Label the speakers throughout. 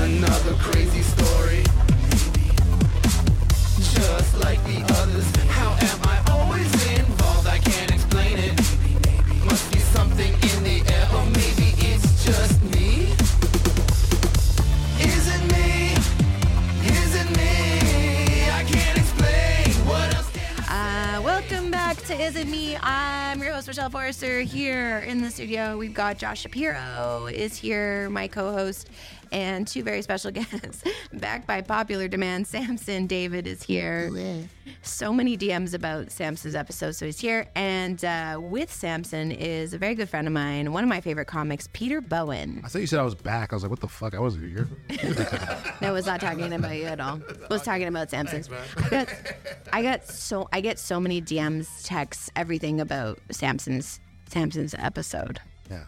Speaker 1: Another crazy story. Just like the others. How am I always involved? I can't explain it. Must be something in the air, or maybe it's just me. Is it me? Is it me? I can't explain. What else can I
Speaker 2: Uh, welcome back to Is It Me? I'm your host, Rochelle Forrester. Here in the studio, we've got Josh Shapiro is here, my co-host, and two very special guests. Back by popular demand, Samson David is here. So many DMs about Samson's episode, so he's here. And uh, with Samson is a very good friend of mine, one of my favorite comics, Peter Bowen.
Speaker 3: I thought you said I was back. I was like, what the fuck? I wasn't here.
Speaker 2: No, was not talking about you at all. Was talking about Samson. I got, I got so I get so many DMs, texts, everything about Samson's Samson's episode.
Speaker 3: Yeah.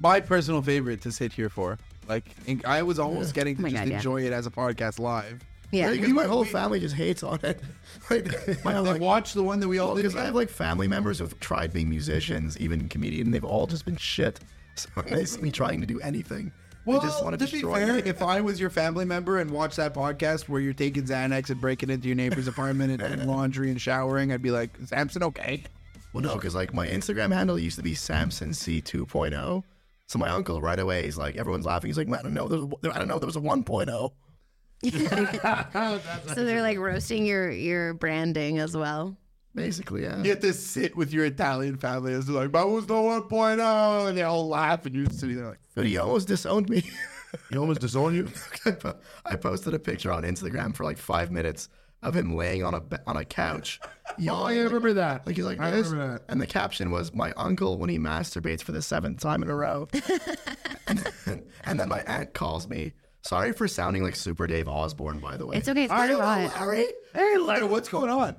Speaker 4: my personal favorite to sit here for. Like, in- I was almost getting to
Speaker 2: my
Speaker 4: just
Speaker 2: God, yeah.
Speaker 4: enjoy it as a podcast live.
Speaker 2: Yeah,
Speaker 5: Like, my whole family just hates on it. like, my whole,
Speaker 4: Like,
Speaker 5: like,
Speaker 4: watch the one that we all did.
Speaker 5: because I have like family members who've tried being musicians, even comedian, and they've all just been shit. So when they see me trying to do anything,
Speaker 4: well,
Speaker 5: they just want to
Speaker 4: to be
Speaker 5: destroy
Speaker 4: fair,
Speaker 5: it.
Speaker 4: if I was your family member and watched that podcast where you're taking Xanax and breaking into your neighbor's apartment and doing laundry and showering, I'd be like, Samson, okay.
Speaker 5: Well, no, because like my Instagram handle used to be Samson C 2.0. So my uncle right away is like, everyone's laughing. He's like, I don't know, there's, a- I don't know, there was a 1.0.
Speaker 2: so they're like roasting your your branding as well.
Speaker 5: Basically, yeah.
Speaker 4: You have to sit with your Italian family. It's like, but was the 1.0? And they all laugh, and you're sitting there like,
Speaker 5: But he almost disowned me.
Speaker 3: You almost disowned you?
Speaker 5: I po- I posted a picture on Instagram for like five minutes of him laying on a be- on a couch.
Speaker 3: Oh,
Speaker 5: yawning.
Speaker 3: I remember that.
Speaker 5: Like he's like
Speaker 3: I
Speaker 5: this,
Speaker 3: remember that.
Speaker 5: and the caption was my uncle when he masturbates for the seventh time in a row. and, and then my aunt calls me. Sorry for sounding like Super Dave Osborne, by the way.
Speaker 2: It's okay. It's part of it.
Speaker 5: Larry,
Speaker 4: hey, Larry, what's going on?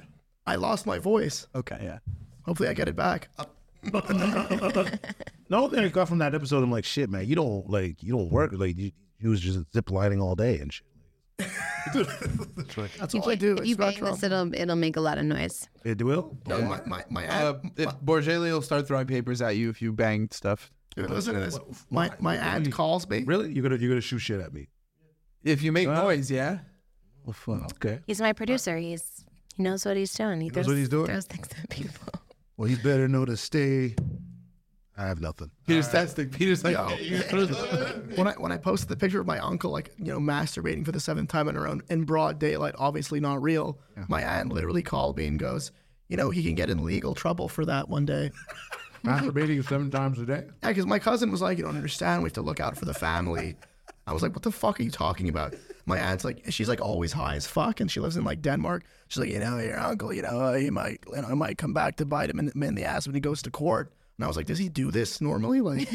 Speaker 5: I lost my voice.
Speaker 4: Okay, yeah.
Speaker 5: Hopefully, I get it back.
Speaker 3: Uh, The only thing I got from that episode, I'm like, shit, man, you don't like, you don't work. Like, you, you was just zip lining all day and shit.
Speaker 5: That's all I do.
Speaker 2: If
Speaker 5: It's
Speaker 2: you
Speaker 5: about
Speaker 2: bang this,
Speaker 5: trouble.
Speaker 2: it'll it'll make a lot of noise.
Speaker 3: It will?
Speaker 5: No, my, my, my
Speaker 4: Uh,
Speaker 5: aunt.
Speaker 4: if Borgelli will start throwing papers at you if you banged stuff.
Speaker 5: dude, listen to this. My my aunt calls me.
Speaker 3: Really? You're gonna you're gonna shoot shit at me?
Speaker 4: If you make noise, yeah?
Speaker 3: Well, fuck. Okay.
Speaker 2: He's my producer. He's he knows what he's doing. He,
Speaker 3: knows what he's doing?
Speaker 2: Throws things at people.
Speaker 3: Well, he better know to stay. I have nothing.
Speaker 4: Peter's testing. Peter's like,
Speaker 5: Yo. when I when I posted the picture of my uncle like you know masturbating for the seventh time in a row in broad daylight, obviously not real. My aunt literally called me and goes, you know, he can get in legal trouble for that one day.
Speaker 3: Masturbating seven times a day.
Speaker 5: Yeah, because my cousin was like, you don't understand. We have to look out for the family. I was like, what the fuck are you talking about? My aunt's like, she's like always high as fuck, and she lives in like Denmark. She's like, you know, your uncle, you know, he might, you know, he might come back to bite him in, in the ass when he goes to court. And I was like, does he do this normally? Like.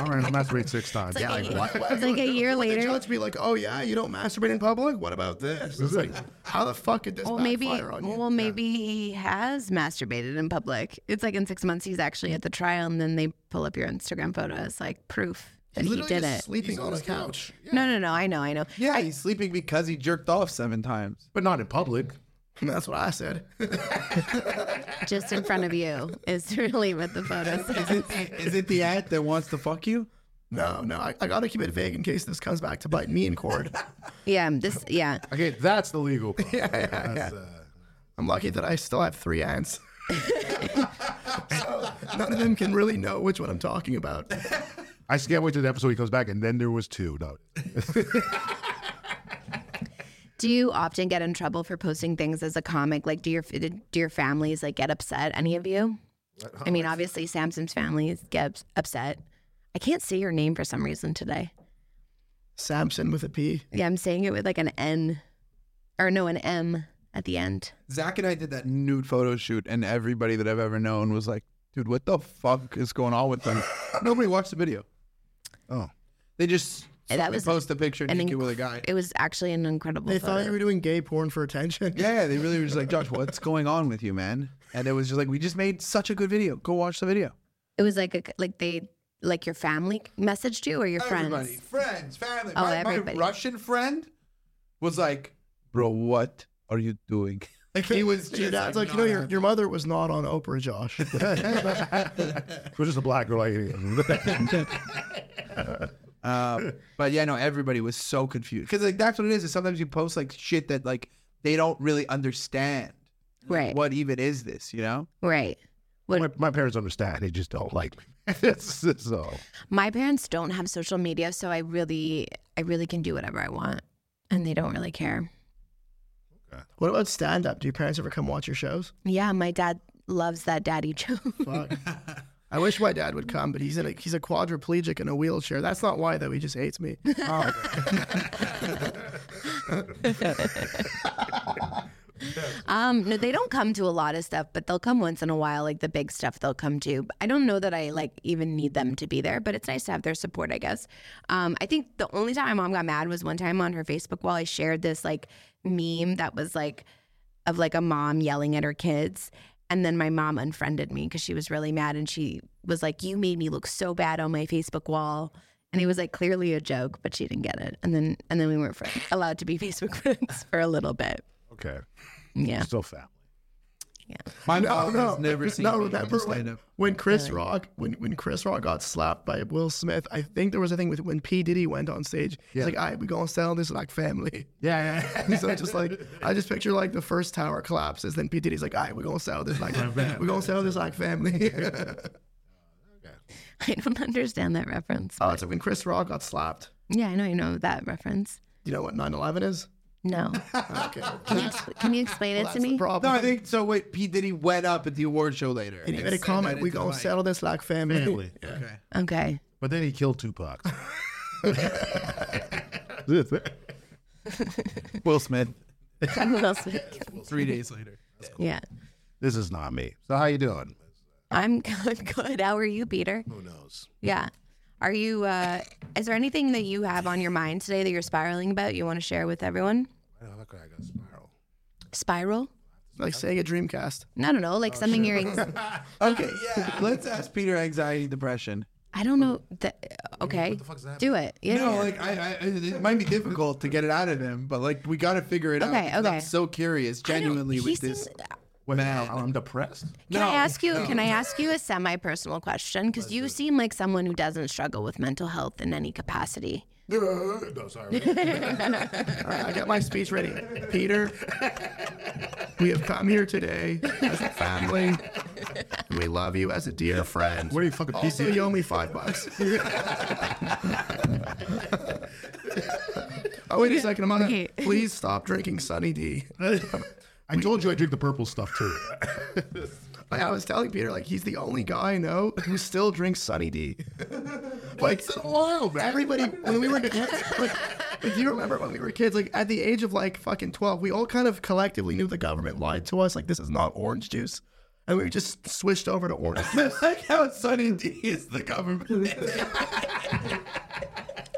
Speaker 3: All right, I'll masturbate six times.
Speaker 5: Yeah, like what? what?
Speaker 2: It's like a year
Speaker 5: Would The
Speaker 2: later.
Speaker 5: judge be like, "Oh yeah, you don't masturbate in public. What about this?" It's like, how the fuck did this
Speaker 2: Well,
Speaker 5: backfire
Speaker 2: maybe.
Speaker 5: on you?
Speaker 2: Well, maybe he has masturbated in public. It's like in six months he's actually at the trial, and then they pull up your Instagram photo as like proof that he
Speaker 5: literally
Speaker 2: did
Speaker 5: just
Speaker 2: it.
Speaker 5: sleeping on a couch.
Speaker 2: No, no, no. I know, I know.
Speaker 4: yeah, he's sleeping because he jerked off seven times.
Speaker 3: but not in public.
Speaker 5: That's what I said.
Speaker 2: Just in front of you is really what the photo says.
Speaker 4: Is it the aunt that wants to fuck you?
Speaker 5: no, no, I, I gotta keep it vague in case this comes back to bite me in court.
Speaker 2: Yeah, this. Yeah,
Speaker 3: Okay, that's the legal. Problem. yeah, that's, Uh,
Speaker 5: I'm lucky that I still have three aunts. so none of them can really know which one I'm talking about.
Speaker 3: I just can't wait till the episode he comes back, and then there was two. No,
Speaker 2: Do you often get in trouble for posting things as a comic? Like, do your do your families like get upset? Any of you? I mean, obviously, Samson's families get upset. I can't say your name for some reason today.
Speaker 5: Samson with a P.
Speaker 2: Yeah, I'm saying it with like an N, or no, an M at the end.
Speaker 4: Zach and I did that nude photo shoot, and everybody that I've ever known was like, dude, what the fuck is going on with them? Nobody watched the video.
Speaker 3: Oh.
Speaker 4: They just
Speaker 2: And that was
Speaker 4: post a picture
Speaker 2: an
Speaker 4: naked
Speaker 2: inc-
Speaker 4: with a guy.
Speaker 2: It was actually an incredible.
Speaker 5: They
Speaker 2: photo.
Speaker 5: thought you were doing gay porn for attention.
Speaker 4: Yeah, they really were just like, Josh, what's going on with you, man? And it was just like, we just made such a good video. Go watch the video.
Speaker 2: It was like a, like they like your family messaged you or your
Speaker 4: Everybody,
Speaker 2: friends.
Speaker 4: friends, family.
Speaker 2: Oh,
Speaker 4: my, my
Speaker 2: everybody.
Speaker 4: Russian friend was like, bro, what are you doing? Like he was just
Speaker 5: Your dad's like,
Speaker 4: like,
Speaker 5: you know, your, your mother was not on Oprah, Josh.
Speaker 3: We're just a black girl like
Speaker 4: Uh, but yeah, no, everybody was so confused because like that's what it is. Is sometimes you post like shit that like they don't really understand.
Speaker 2: Right.
Speaker 4: What even is this? You know?
Speaker 2: Right.
Speaker 3: my, my parents understand. They just don't like me. That's- that's all.
Speaker 2: My parents don't have social media, so I really I really can do whatever I want, and they don't really care.
Speaker 5: what about stand up? Do your parents ever come watch your shows?
Speaker 2: Yeah, my dad loves that daddy joke.
Speaker 5: Fuck. I wish my dad would come, but he's in a, he's a quadriplegic in a wheelchair. That's not why though. He just hates me.
Speaker 2: Um, no, they don't come to a lot of stuff, but they'll come once in a while, like the big stuff they'll come to. I don't know that I like even need them to be there, but it's nice to have their support, I guess. Um, I think the only time my mom got mad was one time on her Facebook wall. I shared this like meme that was like of like a mom yelling at her kids. And then my mom unfriended me because she was really mad and she was like, You made me look so bad on my Facebook wall. And it was like clearly a joke, but she didn't get it. And then and then we weren't friends, allowed to be Facebook friends for a little bit.
Speaker 3: Okay.
Speaker 2: Yeah.
Speaker 3: Still family.
Speaker 4: My
Speaker 5: no,
Speaker 4: mom
Speaker 5: no,
Speaker 4: has never seen.
Speaker 5: no.
Speaker 4: me
Speaker 5: Remember
Speaker 4: stand
Speaker 5: when,
Speaker 4: up.
Speaker 5: when Chris Rock when when Chris Rock got slapped by Will Smith? I think there was a thing with when P Diddy went on stage. He's like, "I we gonna sell this like family."
Speaker 4: Yeah, yeah.
Speaker 5: so I just like I just picture like the first tower collapses, then P Diddy's like, "I we gonna sell this like we gonna sell this like family." Uh,
Speaker 2: I don't understand that reference.
Speaker 5: Oh, it's like when Chris Rock got slapped.
Speaker 2: Yeah, I know you know that reference.
Speaker 5: Do you know what 9/11 is?
Speaker 2: No.
Speaker 5: Okay,
Speaker 2: Can you, expl- can you explain it
Speaker 5: that's
Speaker 2: to
Speaker 5: the
Speaker 2: me?
Speaker 4: No,
Speaker 5: problem.
Speaker 4: I think so. Wait, P Diddy went up at the award show later.
Speaker 5: and he made a comment. We gonna sell this like family.
Speaker 3: Family. Yeah.
Speaker 4: Okay.
Speaker 2: Okay.
Speaker 3: But then he killed Tupac.
Speaker 4: Will Smith.
Speaker 2: Who else would-
Speaker 4: Three days later.
Speaker 2: yeah.
Speaker 3: this is not me. So how you doing?
Speaker 2: I'm good. Good. How are you, Peter?
Speaker 3: Who knows?
Speaker 2: Yeah. Are you, uh, is there anything that you have on your mind today that you're spiraling about you want to share with everyone?
Speaker 3: I don't look like I got spiral.
Speaker 2: Spiral?
Speaker 5: Like Sega Dreamcast.
Speaker 2: No, no, no. Like
Speaker 3: Oh,
Speaker 2: something you're, ex-
Speaker 4: Okay. Yeah. Let's ask Peter anxiety depression.
Speaker 2: I don't know. That, okay. Do it. Yeah.
Speaker 4: No,
Speaker 2: yeah.
Speaker 4: like I, I, it might be difficult to get it out of him, but like we got to figure it
Speaker 2: Okay,
Speaker 4: out. 'cause
Speaker 2: okay.
Speaker 4: I'm so curious,
Speaker 2: I don't-
Speaker 4: genuinely,
Speaker 2: he
Speaker 4: with this.
Speaker 2: seems-
Speaker 4: Wow.
Speaker 3: I'm depressed.
Speaker 2: Can I
Speaker 4: No,
Speaker 2: ask you? Can I ask you a semi-personal question? Because you seem like someone who doesn't struggle with mental health in any capacity.
Speaker 3: no, sorry.
Speaker 5: All right, I got my speech ready. Peter, we have come here today as a family. We love you as a dear friend.
Speaker 3: What are you fucking
Speaker 5: Also, you owe me five bucks. oh, wait a second. I'm gonna,
Speaker 2: Okay.
Speaker 5: Please stop drinking Sunny D.
Speaker 6: I told you I drink the purple stuff too.
Speaker 5: Like, I was telling Peter, like, he's the only guy I know who still drinks Sunny D. like,
Speaker 6: Wild, man.
Speaker 5: Everybody, when we were kids, like, if you remember when we were kids, like at the age of like fucking 12, we all kind of collectively knew the government lied to us. Like, this is not orange juice. And we just switched over to orange juice.
Speaker 4: like how Sunny D is the government.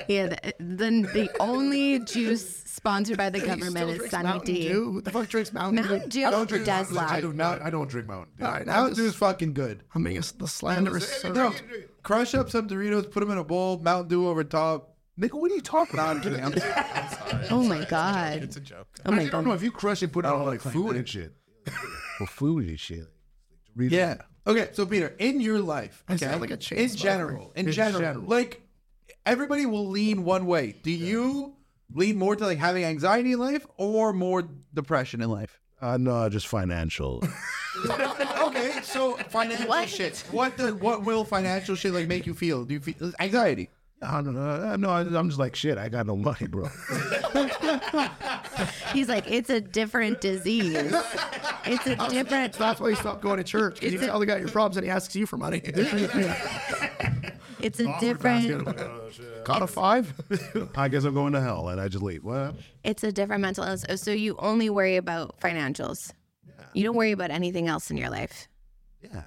Speaker 2: Yeah, the, the, the only juice sponsored by the government is Sunny
Speaker 5: Mountain
Speaker 2: D.
Speaker 5: Dew. Who the fuck drinks Mountain Dew?
Speaker 2: Mountain Dew does Oh
Speaker 6: I
Speaker 2: lie.
Speaker 6: do not. I don't drink Mountain Dew.
Speaker 5: All right, now
Speaker 4: Mountain
Speaker 5: this
Speaker 4: Dew is
Speaker 5: is
Speaker 4: fucking good.
Speaker 5: I'm being a, the slanderous. sir.
Speaker 4: No, crush up some Doritos, put them in a bowl, Mountain Dew over top.
Speaker 3: Nigga, what are you talking
Speaker 4: Nah,
Speaker 3: about?
Speaker 4: I'm kidding. I'm-
Speaker 2: Oh my god. It's a joke. Oh
Speaker 6: I
Speaker 2: my
Speaker 6: don't
Speaker 2: god.
Speaker 6: know if you crush and put out like food and shit.
Speaker 3: For food and shit.
Speaker 4: yeah. Okay, so Peter, in your life,
Speaker 5: I
Speaker 4: okay,
Speaker 5: sound like a chain
Speaker 4: in
Speaker 5: smoker.
Speaker 4: general, in,
Speaker 6: In
Speaker 4: general,
Speaker 6: general.
Speaker 4: like everybody will lean one way. Do you lean more to like having anxiety in life or more depression in life?
Speaker 3: Uh, no, just financial.
Speaker 4: okay, so financial
Speaker 2: What?
Speaker 4: shit. What the, what will financial shit like make you feel? Do you feel anxiety?
Speaker 3: I don't know. Uh, No, I- I'm just like shit. I got no money, bro.
Speaker 2: He's like, it's a different disease. It's a different.
Speaker 5: That's why you stopped going to church. 'cause You tell the guy your problems and he asks you for money.
Speaker 2: It's a different.
Speaker 5: Got a five?
Speaker 3: I guess I'm going to hell, and I just leave. What?
Speaker 2: It's a different mental illness. Oh, So you only worry about financials. You don't worry about anything else in your life.
Speaker 3: Yeah.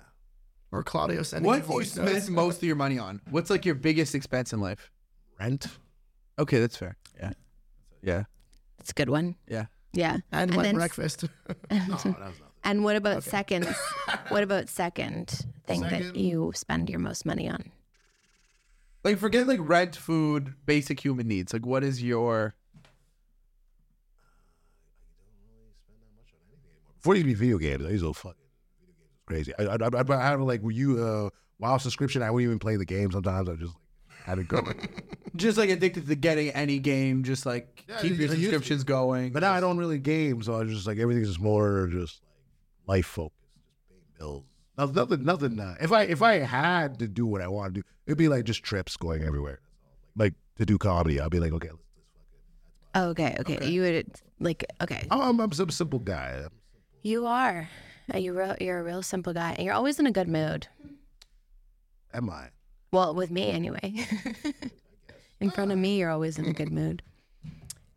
Speaker 5: or Claudio sending me
Speaker 4: What do you
Speaker 5: voice notes.
Speaker 4: spend most of your money on? What's like your biggest expense in life?
Speaker 3: Rent.
Speaker 4: Okay, that's fair. Yeah. Yeah.
Speaker 2: It's a good one.
Speaker 4: Yeah.
Speaker 2: Yeah.
Speaker 5: and my
Speaker 2: then-
Speaker 5: breakfast.
Speaker 2: And what about seconds? what about second thing that you spend your most money on?
Speaker 4: Like forget like rent, food, basic human needs. Like what is your
Speaker 3: Before it used to be video games, I used to fucking video games. It's crazy. I, I, I, I had like, were you uh, WoW subscription? I wouldn't even play the game sometimes. I just had it going.
Speaker 4: just like addicted to getting any game, just like keep
Speaker 3: you- you
Speaker 4: your
Speaker 3: used to-
Speaker 4: subscriptions going.
Speaker 3: But now I don't really game, so I just like everything's just more just like life focused, just paying bills. No- Nothing, nothing. Uh, if I if I had to do what I want to do, it'd be like just trips going everywhere, like to do comedy. I'd be like, okay,
Speaker 2: Oh, okay, okay. You would like okay.
Speaker 3: I'm I'm, I'm some simple guy.
Speaker 2: You are. Uh, You real, you're a real simple guy, and you're always in a good mood.
Speaker 3: Am I?
Speaker 2: Well, with me anyway. in front of me, you're always in a good mood.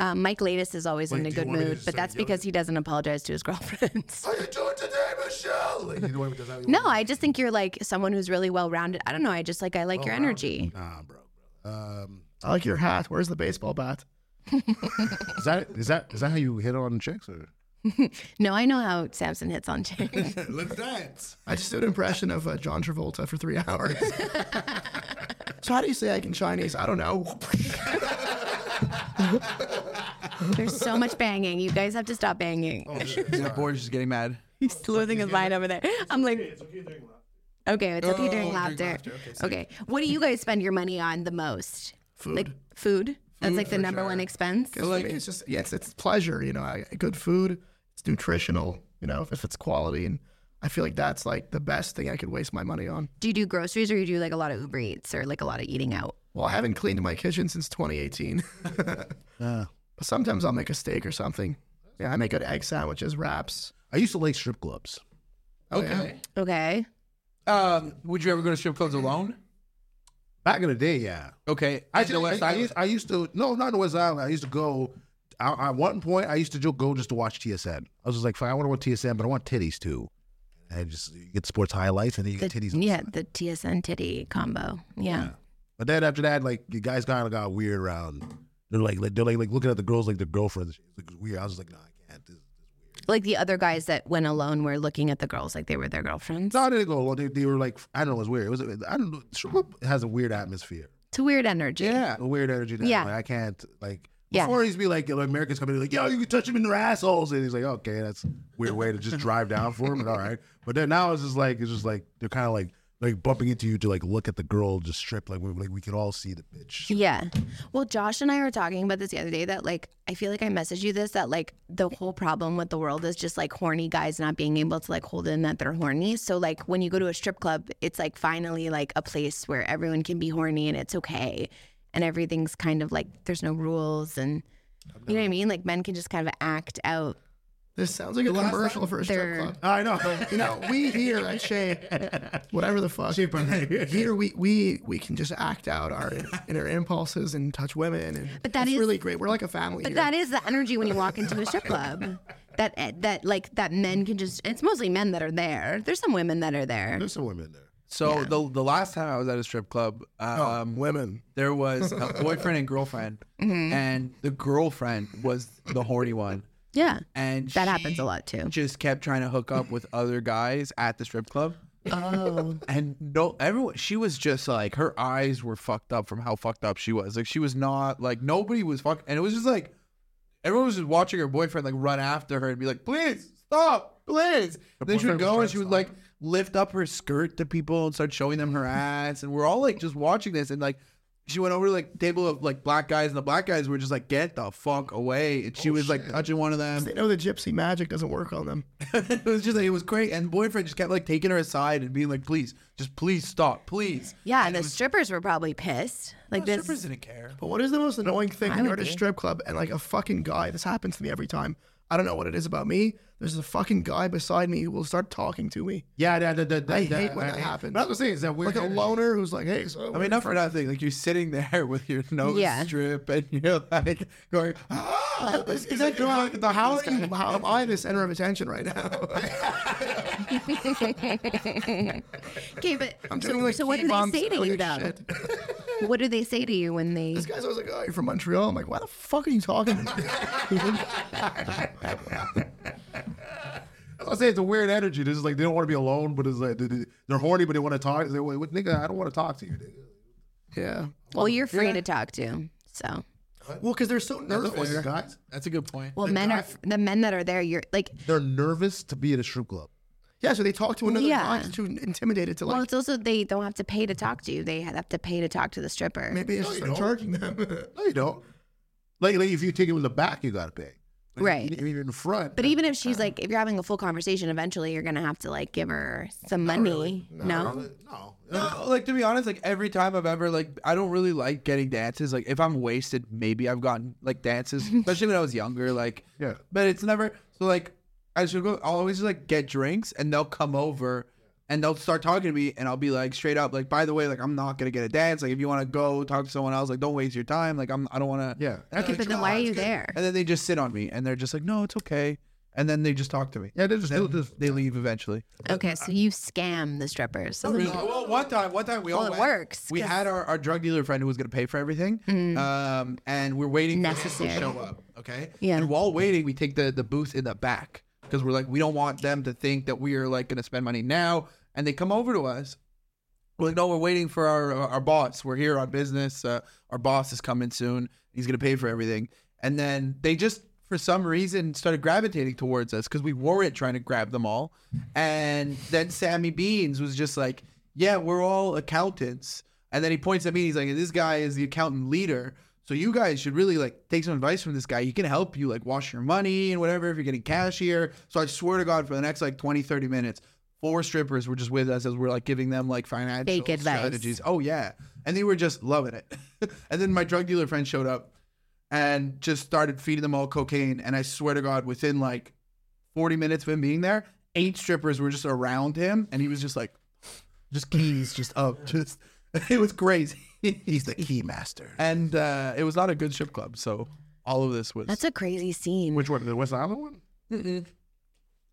Speaker 2: Um, Mike Latus is always in a
Speaker 7: do you
Speaker 2: good
Speaker 7: want me to
Speaker 2: mood,
Speaker 7: just
Speaker 2: but
Speaker 7: say
Speaker 2: that's
Speaker 7: yo-
Speaker 2: because he doesn't apologize to his girlfriends.
Speaker 7: How you doing today, Michelle? Like, you know what I mean? That's how you
Speaker 2: no, I just think you're like someone who's really well rounded. I don't know. I just like I
Speaker 7: Oh,
Speaker 2: like your energy.
Speaker 3: Nah, bro. bro. Um,
Speaker 5: I like your hat. Where's the baseball bat?
Speaker 3: is that is that is that how you hit on chicks? Or
Speaker 2: No, I know how Samson hits on chicks.
Speaker 7: Let's dance.
Speaker 5: I just did an impression of uh, John Travolta for three hours. so how do you say I can Chinese? I don't know.
Speaker 2: There's so much banging. You guys have to stop banging.
Speaker 4: Yeah, Borges is getting mad.
Speaker 2: He's losing his mind over there. I'm like, okay, it's okay during laughter. Okay, what do you guys spend your money on the most?
Speaker 5: Food.
Speaker 2: Like food. That's like the number one expense.
Speaker 5: Because like, it's just yeah, it's, it's pleasure, you know. I, good food, it's nutritional, you know, if, if it's quality, and I feel like that's like the best thing I could waste my money on.
Speaker 2: Do you do groceries or you do like a lot of Uber Eats or like a lot of eating out?
Speaker 5: Well, I haven't cleaned my kitchen since 2018. But sometimes I'll make a steak or something. Yeah, I make good egg sandwiches, wraps.
Speaker 3: I used to like strip clubs.
Speaker 4: Okay.
Speaker 2: Okay.
Speaker 4: Um, would you ever go to strip clubs alone?
Speaker 3: Back in the day, yeah.
Speaker 4: Okay.
Speaker 3: I,
Speaker 4: In the West
Speaker 3: I, I,
Speaker 4: Island?
Speaker 3: used, I used to no, not in the West Island. I used to go. I, at one point, I used to ju- go just to watch TSN. I was just like, fine, I want to watch TSN, but I want titties too. And just you get sports highlights, and then you
Speaker 2: The,
Speaker 3: get titties. on the
Speaker 2: yeah,
Speaker 3: side.
Speaker 2: the TSN titty combo. Yeah.
Speaker 3: But then after that, like the guys kind of got weird around. They're like, they're like, like looking at the girls like their girlfriends. It's like weird. I was like, no, I can't. This,
Speaker 2: Like the other guys that went alone were looking at the girls like they were their girlfriends.
Speaker 3: no, I didn't go. alone. They, they were like, I don't know. It was weird. It was. I don't know. Strip club has a weird atmosphere.
Speaker 2: It's a weird energy.
Speaker 4: yeah.
Speaker 3: a weird energy. That,
Speaker 2: Yeah.
Speaker 3: like, I can't like.
Speaker 2: Yeah.
Speaker 3: Before he's be like, you know, Americans coming in like, yo, you can touch them in their assholes, and he's like, okay, that's a weird way to just drive down for him, but all right. But then now it's just like it's just like they're kind of like like bumping into you to like look at the girl just strip, like we like we could all see the bitch.
Speaker 2: Yeah. Well, Josh and I were talking about this the other day that like I feel like I messaged you this that like the whole problem with the world is just like horny guys not being able to like hold in that they're horny. So like when you go to a strip club, it's like finally like a place where everyone can be horny and it's okay. And everything's kind of like there's no rules and you know what I mean? Like men can just kind of act out.
Speaker 5: This sounds like a commercial for a strip
Speaker 2: They're-
Speaker 5: club.
Speaker 3: I know.
Speaker 5: You know, we here at Shea, whatever the fuck, here we, we we can just act out our inner impulses and touch women, and
Speaker 2: But that
Speaker 5: it's
Speaker 2: is-
Speaker 5: really great. We're like a family.
Speaker 2: But
Speaker 5: here.
Speaker 2: that is the energy when you walk into a strip club. That eh, that like that men can just it's mostly men that are there. There's some women that are there.
Speaker 3: There's some women there.
Speaker 4: So the the last time I was at a strip club,
Speaker 3: Oh,
Speaker 4: um,
Speaker 5: women.
Speaker 4: there was a boyfriend and girlfriend, and the girlfriend was the horny one,
Speaker 2: Yeah.
Speaker 4: and
Speaker 2: That
Speaker 4: she
Speaker 2: happens a lot too.
Speaker 4: Just kept trying to hook up with other guys at the strip club. Oh, and no, everyone. She was just like her eyes were fucked up from how fucked up she was. Like she was not like nobody was fuck, and it was just like everyone was just watching her boyfriend like run after her and be like, "Please stop, please." then she would go and she would like lift up her skirt to people and start showing them her ass, and we're all like just watching this and like. She went over to like table of like black guys, and the black guys were just like, "Get the fuck away!" And she was like touching one of them.
Speaker 5: They know the gypsy magic doesn't work on them.
Speaker 4: it was just like it was great, and the boyfriend just kept like taking her aside and being like, "Please, just please stop, please."
Speaker 2: Yeah,
Speaker 4: and
Speaker 2: the strippers were probably pissed. Like
Speaker 4: the
Speaker 2: this.
Speaker 4: strippers didn't care.
Speaker 5: But what is the most annoying thing when
Speaker 2: would
Speaker 5: you're at a
Speaker 2: be.
Speaker 5: strip club and like a fucking guy? This happens to me every time. I don't know what it is about me. There's a fucking guy beside me who will start talking to me.
Speaker 3: Yeah, that, that, that,
Speaker 5: I
Speaker 3: that-
Speaker 5: hate when that
Speaker 3: I-
Speaker 5: happens.
Speaker 3: But I was saying is that weird.
Speaker 5: Like a loner who's like, "Hey, so
Speaker 4: I mean, not for nothing. Like you're sitting there with your nose
Speaker 2: Yeah.
Speaker 4: strip, and you're like going, ah!
Speaker 5: God, this is that drunk? How, are you, how am I the center of attention right now?
Speaker 8: okay, but
Speaker 5: I'm
Speaker 8: so,
Speaker 5: doing like
Speaker 8: so what do they
Speaker 5: K-bombs,
Speaker 8: say to
Speaker 5: like
Speaker 8: you though?
Speaker 5: shit.
Speaker 8: What do they say to you when they?
Speaker 5: This guy's always like, "Oh, you're from Montreal." I'm like, "Why the fuck are you talking?" to me?"
Speaker 3: I say it's a weird energy. This is like they don't want to be alone, but it's like they- they- they're horny, but they want to talk. They like, "What, nigga, I don't want to talk to you. Nigga.
Speaker 5: yeah.
Speaker 8: Well, you're free to talk to. So,
Speaker 5: Well, because they're so nervous.
Speaker 3: Like, guys,
Speaker 4: That's a good point.
Speaker 8: well, men are the men that are there. You're like,
Speaker 3: they're nervous to be at a strip club.
Speaker 5: Yeah, so they talk to another
Speaker 8: Yeah.
Speaker 5: guy. It's too intimidated to like.
Speaker 8: well, it's also they don't have to pay to talk to you. They have to pay to talk to the stripper.
Speaker 5: maybe it's just charging them.
Speaker 3: No, you don't. Like, like if you take him in the back, you gotta pay. But if-
Speaker 8: Right.
Speaker 3: If you're in the front,
Speaker 8: But even if she's like, if you're having a full conversation, eventually you're gonna have to like give her some money. No,
Speaker 3: no.
Speaker 4: No, like to be honest, like every time I've ever like I don't really like getting dances. Like if I'm wasted, maybe I've gotten like dances, especially when I was younger. Like
Speaker 3: Yeah.
Speaker 4: but it's never so like I should go. I'll always like get drinks and they'll come over and they'll start talking to me and I'll be like straight up like by the way like I'm not gonna get a dance. Like if you want to go talk to someone else, like don't waste your time. Like I'm I don't want to.
Speaker 3: Yeah.
Speaker 4: And, I'm
Speaker 8: Okay,
Speaker 4: like,
Speaker 8: but then
Speaker 4: "No,
Speaker 8: why are
Speaker 4: it's
Speaker 8: you
Speaker 4: good."
Speaker 8: there?
Speaker 4: And then they just sit on me and they're just like no, it's okay. And then they just talk to me.
Speaker 3: Yeah, they're just,
Speaker 4: Then
Speaker 3: they'll just
Speaker 4: they leave eventually.
Speaker 8: Okay, so you scam the strippers.
Speaker 4: No, well, one time, one time we
Speaker 8: Well,
Speaker 4: all
Speaker 8: it
Speaker 4: went-
Speaker 8: works,
Speaker 4: We
Speaker 8: 'cause- Mm.
Speaker 4: had our, our drug dealer friend who was going to pay for everything, um, and we're waiting
Speaker 8: Necessary.
Speaker 4: for them to show up. Okay.
Speaker 8: Yeah.
Speaker 4: And while waiting, we take the the booth in the back because we're like we don't want them to think that we are like going to spend money now, and they come over to us. We're like, no, we're waiting for our uh, our boss. We're here on business. Uh, our boss is coming soon. He's going to pay for everything. And then they just, for some reason, started gravitating towards us because we weren't trying to grab them all. And then Sammy Beans was just like, yeah, we're all accountants. And then he points at me. He's like, this guy is the accountant leader. So you guys should really like take some advice from this guy. He can help you like wash your money and whatever if you're getting cash here. So I swear to God, for the next like 20, 30 minutes, four strippers were just with us as we're like giving them like financial
Speaker 8: Fake advice.
Speaker 4: strategies. Oh yeah, and they were just loving it. and then my drug dealer friend showed up and just started feeding them all cocaine. And I swear to God, within like 40 minutes of him being there, eight strippers were just around him, and he was just like, just keys, just up, just. It was crazy. He's the key master. And uh, it was not a good strip club, so all of this was.
Speaker 8: That's a crazy scene.
Speaker 3: which one? The West Island one?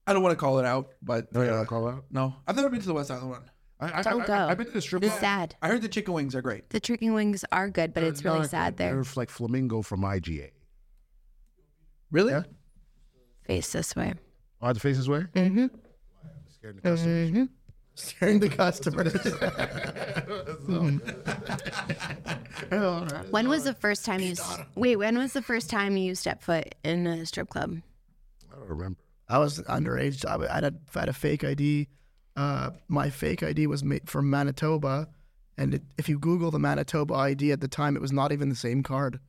Speaker 4: I don't want to call it out, but
Speaker 3: No, Oh, yeah, call out.
Speaker 4: no, I've never been to the West Island one.
Speaker 3: I, I,
Speaker 8: Don't
Speaker 3: I,
Speaker 8: go.
Speaker 3: I, have been to the strip
Speaker 8: it's
Speaker 3: club.
Speaker 8: sad.
Speaker 4: I heard the chicken wings are great.
Speaker 8: The tricking wings are good, but it's really sad there.
Speaker 3: They're like flamingo from IGA.
Speaker 4: Really?
Speaker 8: Face this way.
Speaker 3: Are Oh, the faces where?
Speaker 8: Mm.
Speaker 5: Scaring the customers.
Speaker 8: When was the first time you? s- Wait, when was the first time you stepped foot in a strip club?
Speaker 3: I don't remember.
Speaker 5: I was underage. I I had, I had a fake ID. Uh, my fake ID was made from Manitoba, and it, if you Google the Manitoba ID at the time, it was not even the same card.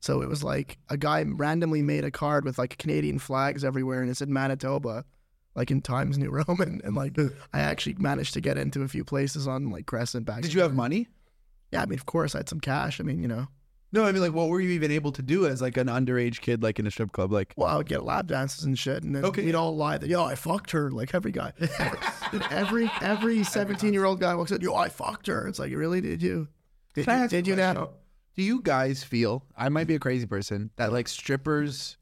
Speaker 5: So it was like a guy randomly made a card with like Canadian flags everywhere, and it said Manitoba, like in Times New Roman. And like I actually managed to get into a few places on like Crescent back.
Speaker 4: Did you have money?
Speaker 5: Yeah, I mean, of course, I had some cash. I mean, you know,
Speaker 4: No, I mean, like, what were you even able to do as like an underage kid, like in a strip club? Like,
Speaker 5: well, I would get lap dances and shit, and then
Speaker 4: Okay.
Speaker 5: we'd all lie that yo, I fucked her. Like every guy, every every seventeen year old guy walks up, yo, I fucked her. It's like, really? Did you? Did,
Speaker 4: Can I
Speaker 5: you-
Speaker 4: ask a
Speaker 5: did you now?
Speaker 4: do you guys feel? I might be a crazy person that like strippers,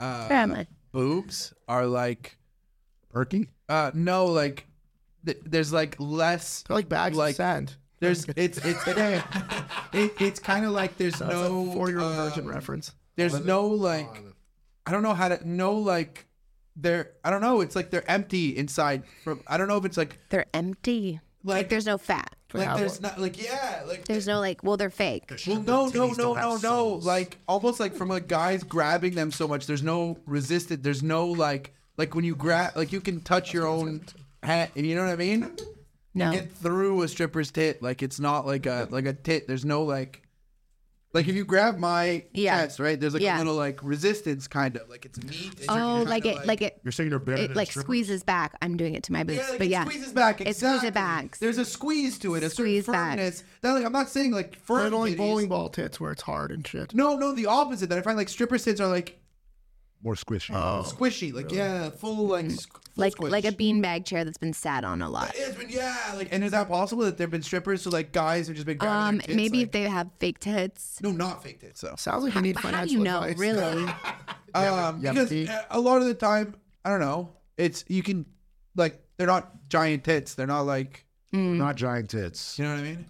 Speaker 4: uh,
Speaker 8: Grandma.
Speaker 4: boobs are like,
Speaker 3: Perky?
Speaker 4: uh, no, like, th- there's like less.
Speaker 5: They're like bags
Speaker 4: Like-
Speaker 5: of sand.
Speaker 4: There's it's it's it, it's kind of like there's no
Speaker 5: Four year old
Speaker 4: uh,
Speaker 5: virgin reference.
Speaker 4: There's no like, I don't know how to no like, they're I don't know. It's like they're empty inside. From I don't know if it's like
Speaker 8: They're empty. Like,
Speaker 4: Like-
Speaker 8: there's no fat.
Speaker 4: like there's not like yeah like
Speaker 8: There's no like. Well, they're fake.
Speaker 4: Well, no, no, no, no, no. Like almost like from like guys grabbing them so much. There's no resisted. There's no like like when you grab like you can touch your own hat and you know what I mean.
Speaker 8: No.
Speaker 4: Get through a stripper's tit. Like it's not like a like a tit. There's no like like if you grab my
Speaker 8: Yeah.
Speaker 4: chest right. There's like
Speaker 8: Yeah.
Speaker 4: a little like resistance kind of like it's meat. and
Speaker 8: oh,
Speaker 4: you're
Speaker 8: like
Speaker 4: kinda,
Speaker 8: it, like it,
Speaker 3: You're saying they're better
Speaker 8: it
Speaker 3: than
Speaker 8: like
Speaker 3: a stripper?
Speaker 8: squeezes back. I'm doing it to my boobs,
Speaker 4: Yeah, like
Speaker 8: but
Speaker 4: it
Speaker 8: yeah,
Speaker 4: squeezes back. Exactly.
Speaker 8: It squeezes back.
Speaker 4: There's a squeeze to it. A
Speaker 8: Squeeze
Speaker 4: certain
Speaker 8: back.
Speaker 4: firmness. That like I'm not saying like firm.
Speaker 5: They're like
Speaker 4: titties.
Speaker 5: bowling ball tits where it's hard and shit.
Speaker 4: No, no, the opposite. That I find like stripper sits are like
Speaker 3: more squishy.
Speaker 8: Oh.
Speaker 9: Squishy, like yeah, full like squ- full
Speaker 2: like
Speaker 9: squish.
Speaker 2: like a beanbag chair that's been sat on a lot.
Speaker 9: It's been- yeah, like
Speaker 4: And is that possible that there've been strippers? So like guys have just been grabbing
Speaker 2: Um,
Speaker 4: their tits,
Speaker 2: maybe if
Speaker 4: like,
Speaker 2: they have fake tits.
Speaker 9: no, not faked it.
Speaker 4: so.
Speaker 5: Sounds like you need
Speaker 2: But
Speaker 5: financial
Speaker 2: how do you know,
Speaker 5: advice.
Speaker 2: really?
Speaker 4: Um,
Speaker 5: yeah,
Speaker 4: because
Speaker 5: Pete.
Speaker 4: uh, a lot of the time, I don't know. It's you can like they're not giant tits. They're not like
Speaker 3: Not giant tits.
Speaker 4: you know what I mean.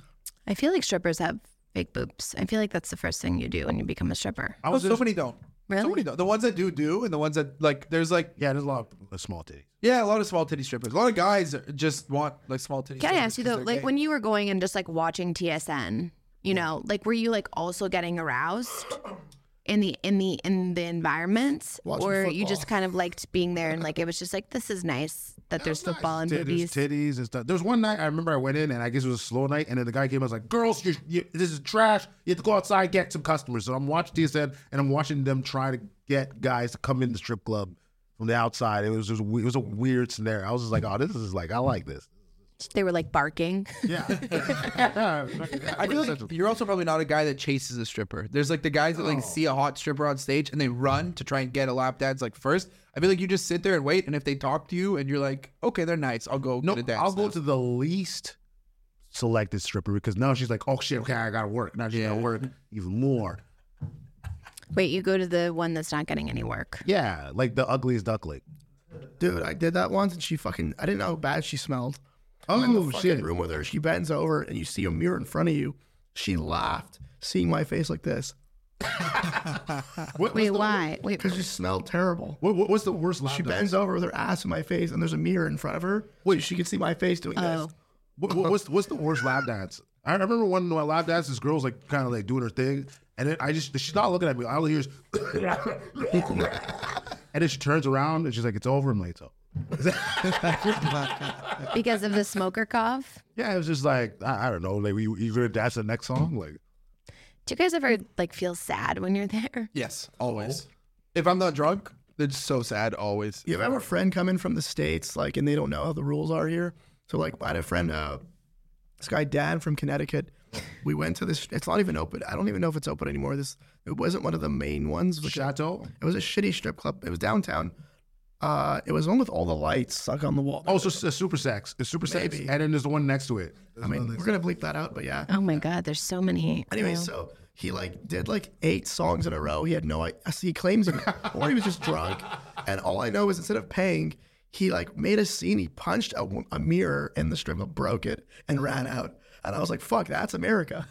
Speaker 2: I feel like strippers have fake boobs. I feel like that's the first thing you do when you become a stripper.
Speaker 3: I
Speaker 4: Oh,
Speaker 3: was
Speaker 4: so
Speaker 3: just,
Speaker 4: many don't. So
Speaker 2: Really?
Speaker 4: many don't. The ones that do do, and the ones that like there's like
Speaker 3: yeah, there's a lot of uh, small titties.
Speaker 4: yeah, a lot of small titty strippers. A lot of guys are- just want like small titty.
Speaker 2: Can I
Speaker 4: strippers
Speaker 2: ask you
Speaker 4: 'cause
Speaker 2: though,
Speaker 4: they're
Speaker 2: like
Speaker 4: gay.
Speaker 2: when you were going and just like watching TSN, you know, like were you like also getting aroused in the in the in the environment,
Speaker 5: Watching
Speaker 2: or you just
Speaker 5: football.
Speaker 2: kind of liked being there and like it was just like this is nice that there's football and
Speaker 3: Tit-
Speaker 2: boobies.
Speaker 3: There's titties and stuff. There was one night I remember I went in and I guess it was a slow night, and then the guy came. I was like, "Girls, you you, this is trash. You have to go outside and get some customers." So I'm watching TSN and I'm watching them try to get guys to come in the strip club from the outside. It was just we- it was a weird scenario. I was just like, "Oh, this is like I like this."
Speaker 2: They were like barking.
Speaker 3: Yeah, I
Speaker 4: I feel like you're also probably not a guy that chases a stripper. There's like the guys that like see a hot stripper on stage and they run to try and get a lap dance like first. I feel like you just sit there and wait, and if they talk to you and you're like, okay, they're nice, I'll go
Speaker 3: no.
Speaker 4: get a dance.
Speaker 3: I'll go
Speaker 4: now."
Speaker 3: to the least selected stripper because now she's like, "Oh shit, okay, I gotta work." Now she's
Speaker 4: Yeah.
Speaker 3: gotta work even more.
Speaker 2: Wait, you go to the one that's not getting any work.
Speaker 3: Yeah, like the ugliest duckling.
Speaker 5: Dude, I did that once and she fucking, I didn't know how bad she smelled. I'm in
Speaker 3: Oh
Speaker 5: the fucking
Speaker 3: shit.
Speaker 5: room with her. She bends over and you see a mirror in front of you. She laughed, seeing my face like this.
Speaker 3: What,
Speaker 2: Wait, why? Wait,
Speaker 5: Because she smelled terrible.
Speaker 3: what, what- what's the worst? laugh
Speaker 5: She
Speaker 3: that-
Speaker 5: bends over with her ass in my face and there's a mirror in front of her. Wait, she can see my face doing
Speaker 2: oh,
Speaker 5: this.
Speaker 3: What, what- what's what's the worst lap dance? I remember one of my lap dances. This girl's like kind of like doing her thing, and then I just she's not looking at me. All I hear is, and then she turns around and she's like, "It's over." I'm like, "It's over."
Speaker 2: because of the smoker cough.
Speaker 3: Yeah, it was just like I, I don't know. Like, you you gonna dance the next song? Like,
Speaker 2: Do you guys ever like feel sad when you're there?
Speaker 4: Yes, always. If I'm not drunk, it's so sad. Always.
Speaker 5: You ever have a friend come in from the States, like, and they don't know how the rules are here? So, like, I had a friend, uh, this guy, Dan from Connecticut. We went to this, it's not even open. I don't even know if it's open anymore. This, it wasn't one of the main ones. Like,
Speaker 3: Chateau.
Speaker 5: It was a shitty strip club. It was downtown. Uh, it was one with all the lights stuck on the wall.
Speaker 3: Oh, so it's a super sex. It's super sex,
Speaker 5: Maybe.
Speaker 3: and then there's the one next to it.
Speaker 5: I mean, we're gonna bleep that out, but yeah.
Speaker 2: Oh my God, there's so many.
Speaker 5: Anyway, so he like did like eight songs in a row. He had no idea. He claims, he- or he was just drunk. And all I know is instead of paying, he like made a scene. He punched a, wo- a mirror in the strip club, broke it, and ran out. And I was like, "Fuck, that's America!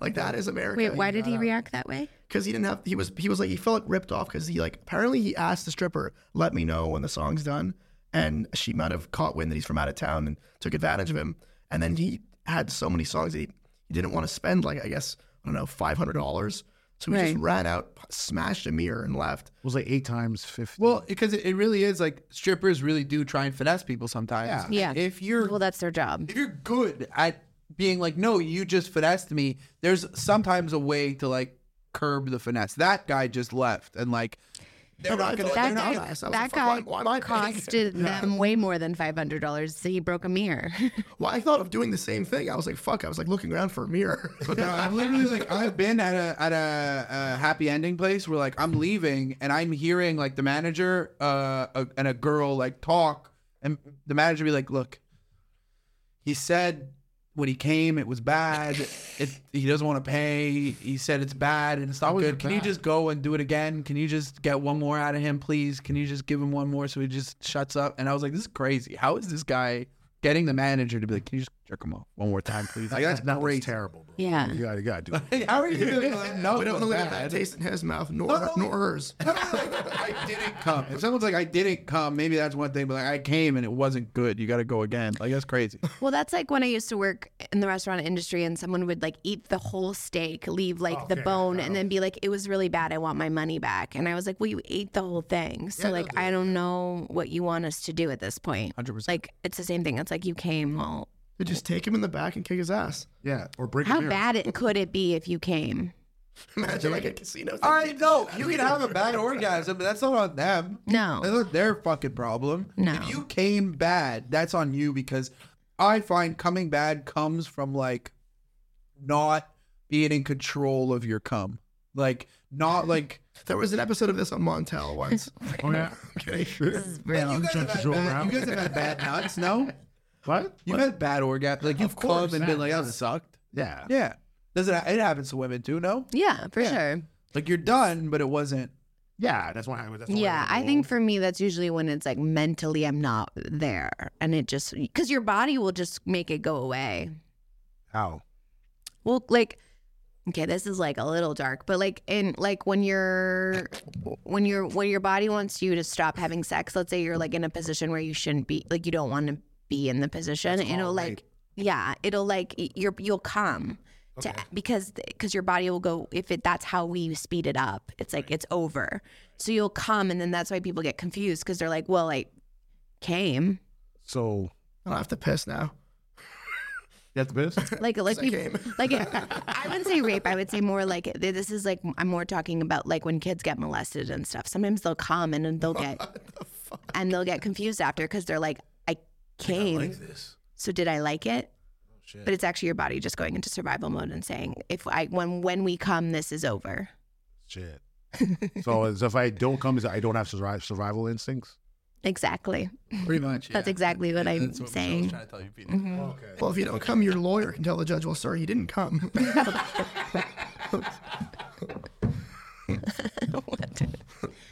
Speaker 5: like that is America."
Speaker 2: Wait, why did he react that way?
Speaker 5: because he didn't have he was he was like he felt ripped off because he like apparently he asked the stripper let me know when the song's done and she might have caught wind that he's from out of town and took advantage of him and then he had so many songs that he, he didn't want to spend like I guess I don't know five hundred dollars so he just
Speaker 2: Right.
Speaker 5: ran out smashed a mirror and left
Speaker 3: It was like eight times fifty.
Speaker 4: Well, because it, it really is like strippers really do try and finesse people sometimes.
Speaker 2: Yeah.
Speaker 4: If you're
Speaker 2: Well, that's their job.
Speaker 4: if you're good at being like, no, you just finessed me. There's sometimes a way to like curb the finesse. That guy just left and like they're not gonna.
Speaker 2: That
Speaker 4: they're
Speaker 2: guy,
Speaker 4: not,
Speaker 5: honest. I
Speaker 2: that
Speaker 5: was like, fuck,
Speaker 2: guy
Speaker 5: why- why am I paying?
Speaker 2: costed them way more than five hundred dollars. So he broke a mirror.
Speaker 5: well I thought of doing the same thing I was like fuck I was like looking around for a mirror
Speaker 4: No, I'm literally like I've been at a at a, a happy ending place where like I'm leaving and I'm hearing like the manager uh a, and a girl like talk and the manager be like, look, he said when he came it was bad. It he doesn't want to pay. He said it's bad and it's not good. Can you just go and do it again? Can you just get one more out of him, please? Can you just give him one more so he just shuts up? And I was like, this is crazy. How is this guy? Getting the manager to be like, can you just jerk him off one more time, please? Like that's
Speaker 3: that was
Speaker 4: crazy.
Speaker 3: terrible, bro.
Speaker 2: yeah.
Speaker 3: You gotta, you gotta do it.
Speaker 4: Hey, how are you doing? Like, no,
Speaker 5: we don't
Speaker 4: it was
Speaker 5: know
Speaker 4: bad.
Speaker 5: that taste in his mouth nor nor hers
Speaker 4: I didn't come. If someone's like, I didn't come, maybe that's one thing, but like, I came and it wasn't good. You got to go again. Like, that's crazy.
Speaker 2: Well, that's like when I used to work in the restaurant industry, and someone would like eat the whole steak, leave like the bone, and then be like, "It was really bad. I want my money back." And I was like, "Well, you ate the whole thing, so like I don't know what you want us to do at this point."
Speaker 4: 100%.
Speaker 2: Like it's the same thing. It's like you came. Well,
Speaker 5: they just take him in the back and kick his ass
Speaker 3: Yeah, or break a
Speaker 2: how
Speaker 3: mirror.
Speaker 2: bad it could it be if you came?
Speaker 5: imagine like a casino thing.
Speaker 4: I know. You can have a bad orgasm, but that's not on them.
Speaker 2: No.
Speaker 4: That's not their fucking problem.
Speaker 2: No.
Speaker 4: If you came bad, that's on you because I find coming bad comes from like not being in control of your cum. Like not like
Speaker 5: There was an episode of this on Montel once.
Speaker 3: Oh yeah.
Speaker 5: okay.
Speaker 10: You guys, have
Speaker 3: Judge
Speaker 10: had
Speaker 3: Joel
Speaker 10: bad,
Speaker 3: Brown.
Speaker 10: you guys have had bad nuts, no?
Speaker 3: What?
Speaker 4: you've had bad orgasm. Like you've
Speaker 5: course.
Speaker 4: clubbed and been like that sucked.
Speaker 3: Yeah.
Speaker 4: Yeah. Does it? It happens to women too. No.
Speaker 2: Yeah, for sure.
Speaker 4: Like you're done, but it wasn't.
Speaker 3: Yeah. That's why. I was.
Speaker 2: Yeah, I think for me, that's usually when it's like mentally I'm not there. And it just, because your body will just make it go away.
Speaker 3: How?
Speaker 2: Well, like, okay, this is like a little dark, but like in like when you're when you're when your body wants you to stop having sex, let's say you're like in a position where you shouldn't be, like you don't want to be in the position, it'll like yeah, it'll like y- you're you'll come. To, because because your body will go if it that's how we speed it up it's like it's over so you'll come and then that's why people get confused because they're like well I came
Speaker 3: So
Speaker 5: I don't have to piss now.
Speaker 3: that's this.
Speaker 2: like like we,
Speaker 5: game.
Speaker 2: like it, I wouldn't say rape. I would say more like th- this is like I'm more talking about like when kids get molested and stuff. Sometimes they'll come and then they'll get and they'll get confused after because they're like I Oh, came. So did I like it? But it's actually your body just going into survival mode and saying if I when when we come this is over.
Speaker 3: Shit. so as if I don't come, is I don't have survi- survival instincts.
Speaker 2: Exactly.
Speaker 10: Pretty much.
Speaker 2: That's exactly what I'm saying. Mm-hmm.
Speaker 10: trying to tell you, Peter.
Speaker 5: Well, if you don't come, your lawyer can tell the judge, well, sir, you didn't come.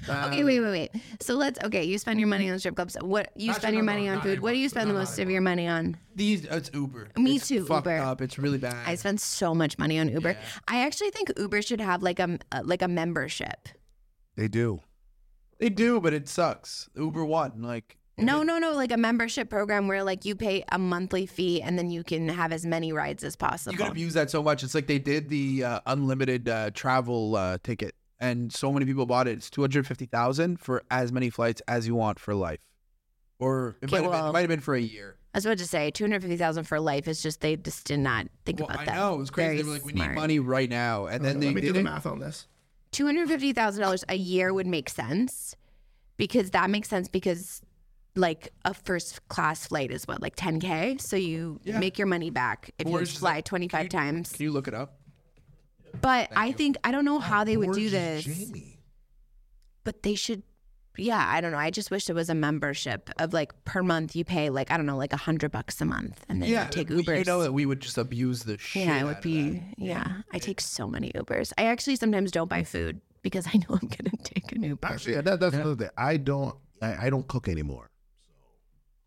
Speaker 2: Okay, wait, wait, wait. So let's okay. You spend your money on strip clubs. What you spend your money on food? What do you spend the most of your money on?
Speaker 4: These oh, it's Uber.
Speaker 2: Me
Speaker 4: It's
Speaker 2: too,
Speaker 4: Fucked
Speaker 2: Uber.
Speaker 4: up. It's really bad.
Speaker 2: I spend so much money on Uber. I actually think Uber should have like a uh, like a membership.
Speaker 3: They do.
Speaker 4: they do, but it sucks. Uber One, like
Speaker 2: No, no, no, like a membership program where like you pay a monthly fee and then you can have as many rides as possible.
Speaker 4: you can abuse that so much. It's like they did the uh, unlimited uh, travel uh, ticket, and so many people bought it. It's two hundred fifty thousand for as many flights as you want for life, or it
Speaker 2: Okay,
Speaker 4: might have been,
Speaker 2: well-
Speaker 4: it might have been for a year.
Speaker 2: I was about to say two hundred fifty thousand for life is just they just did not think
Speaker 4: Well,
Speaker 2: about
Speaker 4: I
Speaker 2: that.
Speaker 4: know it was crazy.
Speaker 2: Very
Speaker 4: They were like, "We need
Speaker 2: smart.
Speaker 4: money right now," and then
Speaker 5: Let
Speaker 4: they
Speaker 5: me do
Speaker 4: did
Speaker 5: the
Speaker 4: it.
Speaker 5: math on this.
Speaker 2: two hundred fifty thousand dollars a year would make sense because that makes sense because like a first class flight is what like ten k, so you
Speaker 4: Yeah.
Speaker 2: make your money back if
Speaker 4: Or
Speaker 2: you
Speaker 4: it's just
Speaker 2: fly
Speaker 4: like,
Speaker 2: twenty five times.
Speaker 4: Can you look it up?
Speaker 2: But I think I don't know how they would do this. But they should. Yeah, I don't know. I just wish there was a membership of like per month you pay like I don't know like a hundred bucks a month and then you take
Speaker 4: we-
Speaker 2: Ubers.
Speaker 4: You know that we would just abuse the shit.
Speaker 2: yeah, it
Speaker 4: out
Speaker 2: would
Speaker 4: of
Speaker 2: be. Yeah, I take so many Ubers. I actually sometimes don't buy food because I know I'm gonna take an Uber.
Speaker 3: Actually, yeah, that, that's another thing. I don't. I, I don't cook anymore.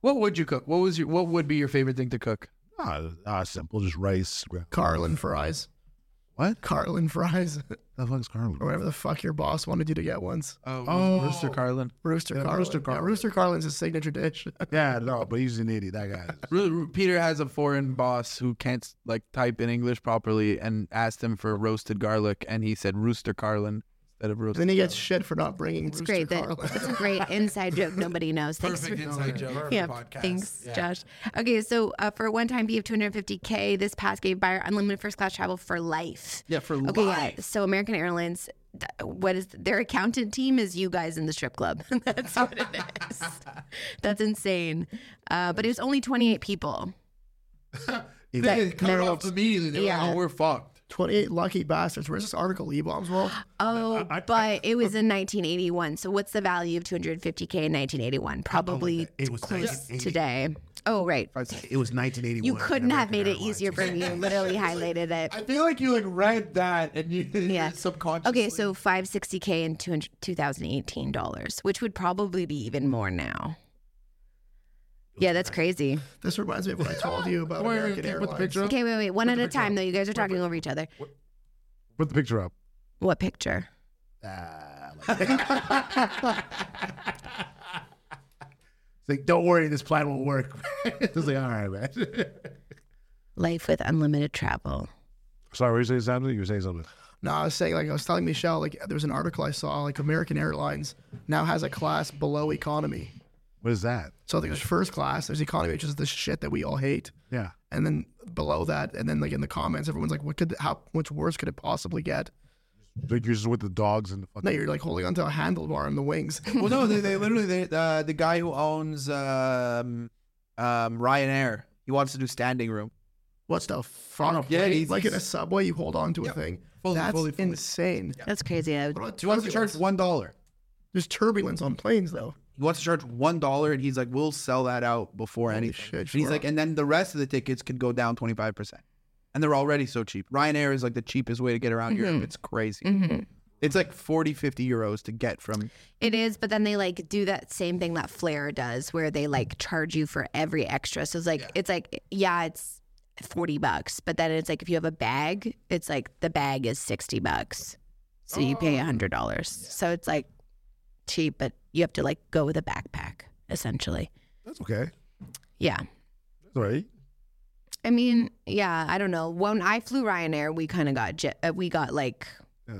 Speaker 4: What would you cook? What was your What would be your favorite thing to cook?
Speaker 3: Ah, ah, simple, just rice. gra-
Speaker 5: Carlin fries.
Speaker 3: What?
Speaker 5: Carlin fries.
Speaker 3: The fuck's Carlin?
Speaker 5: or whatever the fuck your boss wanted you to get once.
Speaker 4: Oh,
Speaker 3: Oh.
Speaker 4: Rooster Carlin.
Speaker 5: Rooster Carlin.
Speaker 3: Rooster
Speaker 5: Yeah,
Speaker 3: Carlin.
Speaker 5: Rooster Carlin's his signature dish.
Speaker 3: Yeah, no, but he's an idiot. That guy. is-
Speaker 4: Really, Ru- Peter has a foreign boss who can't like type in English properly, and asked him for roasted garlic, and he said Rooster Carlin instead of roasted.
Speaker 5: then he gets shit for not bringing
Speaker 2: It's
Speaker 5: Rooster
Speaker 2: great that
Speaker 5: Carlin.
Speaker 2: it's a great inside joke nobody knows. Thanks for,
Speaker 10: inside joke for
Speaker 2: yeah,
Speaker 10: the podcast.
Speaker 2: thanks, Josh. Okay, so uh, for a one-time fee of 250k, this pass gave buyer unlimited first-class travel for life.
Speaker 4: Yeah, for
Speaker 2: Okay, yeah.
Speaker 4: life.
Speaker 2: So American Airlines, th- what is their accountant team? Is you guys in the strip club? That's what it is. That's insane. Uh, but it was only 28 people.
Speaker 4: They cut it
Speaker 2: Meryl-
Speaker 4: off immediately. They were
Speaker 2: Yeah.
Speaker 4: like, "Oh, we're fucked."
Speaker 5: 28 lucky bastards. Where's this article E bombs? Well,
Speaker 2: Oh, but it was in 1981. So what's the value of 250k in 1981? Probably
Speaker 3: It was
Speaker 2: close
Speaker 3: 1980.
Speaker 2: today. Oh, right.
Speaker 3: It was 1981.
Speaker 2: You couldn't have
Speaker 3: American
Speaker 2: made it
Speaker 3: Airlines.
Speaker 2: easier for me. You literally highlighted it.
Speaker 4: I feel like you like read that and you
Speaker 2: Yeah.
Speaker 4: subconsciously.
Speaker 2: Okay, so 560K in 200 2018 dollars, which would probably be even more now. Yeah, that's crazy.
Speaker 5: this reminds me of what I told you about
Speaker 3: Wait, wait,
Speaker 5: American
Speaker 3: can you put the
Speaker 5: Airlines.
Speaker 3: picture up?
Speaker 2: Okay, wait, wait. One at a time, though. You guys are talking over each other.
Speaker 3: Put the picture up.
Speaker 2: What picture?
Speaker 3: Ah, like it's like, don't worry, this plan will work. it's like, all right, man.
Speaker 2: Life with unlimited travel.
Speaker 3: Sorry, were you saying something? You were saying something.
Speaker 5: No, I was saying like I was telling Michelle like there was an article I saw like American Airlines now has a class below economy.
Speaker 3: What is that?
Speaker 5: So I think there's first class, there's economy, which is the shit that we all hate,
Speaker 3: Yeah.
Speaker 5: and then below that, and then like in the comments, everyone's like, what could how much worse could it possibly get?
Speaker 3: Like you're just with the dogs and the
Speaker 5: No,
Speaker 3: fucking.
Speaker 5: you're like holding onto a handlebar in the wings.
Speaker 4: well, no, they, they literally they, uh, the guy who owns um, um, Ryanair. He wants to do standing room.
Speaker 5: What's the fuck?
Speaker 4: yeah, he's-
Speaker 5: like in a subway, you hold on to a thing.
Speaker 4: Fully,
Speaker 5: That's
Speaker 4: fully, fully.
Speaker 5: insane.
Speaker 2: That's crazy. I would-
Speaker 5: What about
Speaker 4: He wants to charge
Speaker 5: turbulence?
Speaker 4: one dollar.
Speaker 5: There's turbulence on planes though.
Speaker 4: He wants to charge one dollar, and he's like, "We'll sell that out before anything."
Speaker 5: shit,
Speaker 4: and he's
Speaker 5: sure.
Speaker 4: like, and then the rest of the tickets could go down twenty five percent, and they're already so cheap. Ryanair is like the cheapest way to get around Europe. It's crazy.
Speaker 2: Mm-hmm.
Speaker 4: It's like 40, 50 euros to get from.
Speaker 2: It is, but then they like do that same thing that Flair does, where they like charge you for every extra. So it's like it's like yeah, it's forty bucks, but then it's like if you have a bag, it's like the bag is sixty bucks, so you pay hundred dollars. So it's like cheap, but you have to like go with a backpack essentially.
Speaker 3: That's okay.
Speaker 2: Yeah,
Speaker 3: That's all right.
Speaker 2: I mean, yeah, I don't know. When I flew Ryanair, we kind of got je- uh, we got like
Speaker 3: Yeah.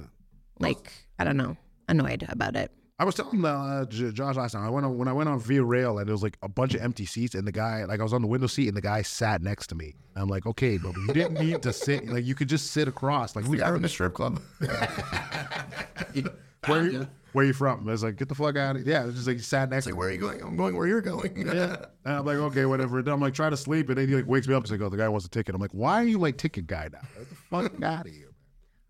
Speaker 2: like I don't know annoyed about it.
Speaker 3: I was telling uh, J- Josh last time. I went on when I went on Via Rail and there was like a bunch of empty seats, and the guy like I was on the window seat and the guy sat next to me. I'm like, okay, but you didn't need to sit. Like you could just sit across. Like
Speaker 5: The guy from the strip club.
Speaker 3: where you, where you from? I was like, get the fuck out. of Yeah, it's just like he sat next
Speaker 5: It's like,
Speaker 3: to
Speaker 5: where are you going? I'm going where you're going.
Speaker 3: And I'm like, okay, whatever. Then I'm like, try to sleep, and then he like wakes me up and like, oh, the guy wants a ticket. I'm like, why are you like ticket guy now? Get the fuck out of here.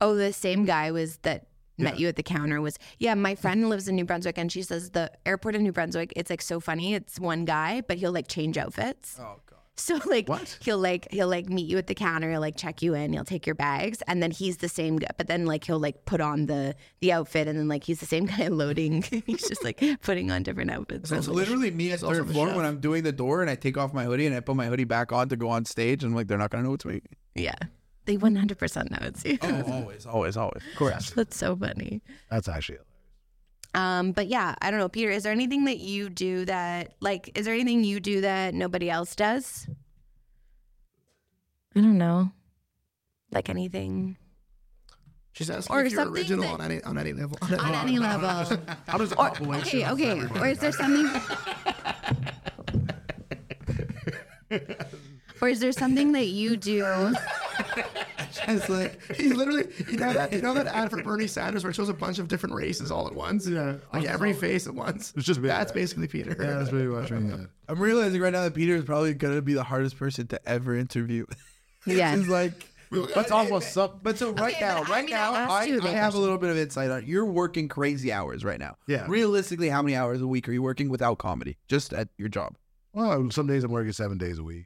Speaker 2: Oh, the same guy was that met you at the counter was yeah. My friend lives in New Brunswick, and she says the airport in New Brunswick. It's like so funny. It's one guy, but he'll like change outfits. Oh god. So like he'll like he'll like meet you at the counter, he'll like check you in, he'll take your bags, and then he's the same guy. But then like he'll like put on the the outfit, and then like he's the same guy loading. he's just like putting on different outfits.
Speaker 4: It's literally me at third floor when I'm doing the door, and I take off my hoodie and I put my hoodie back on to go on stage, and like they're not gonna know it's me.
Speaker 2: Yeah, they one hundred percent know it's you.
Speaker 4: Oh, always, always, always.
Speaker 2: That's so funny.
Speaker 3: That's actually
Speaker 2: Um, but yeah, I don't know, Peter. Is there anything that you do that like? Is there anything you do that nobody else does? I don't know, like anything
Speaker 5: She's asking
Speaker 2: Or
Speaker 5: if you're
Speaker 2: something
Speaker 5: original
Speaker 2: that-
Speaker 5: on any on any level.
Speaker 2: on any level.
Speaker 3: how does
Speaker 2: Or, okay, okay. Or is there something? or is there something that you do?
Speaker 5: It's like he literally you know that you know that ad for Bernie Sanders where it shows a bunch of different races all at once. Yeah, like every face at once.
Speaker 3: It's just me.
Speaker 5: that's basically Peter.
Speaker 3: Yeah, that's really what I'm saying.
Speaker 4: I'm realizing right now that Peter is probably gonna be the hardest person to ever interview.
Speaker 2: Yeah.
Speaker 4: It's like that's almost up. But so right now,
Speaker 2: but I
Speaker 4: right
Speaker 2: mean, I
Speaker 4: now,
Speaker 2: asked
Speaker 4: I,
Speaker 2: you
Speaker 4: I
Speaker 2: that
Speaker 4: have a little bit of insight on. You're working crazy hours right now.
Speaker 3: Yeah.
Speaker 4: Realistically, how many hours a week are you working without comedy, just at your job?
Speaker 3: Well, some days I'm working seven days a week.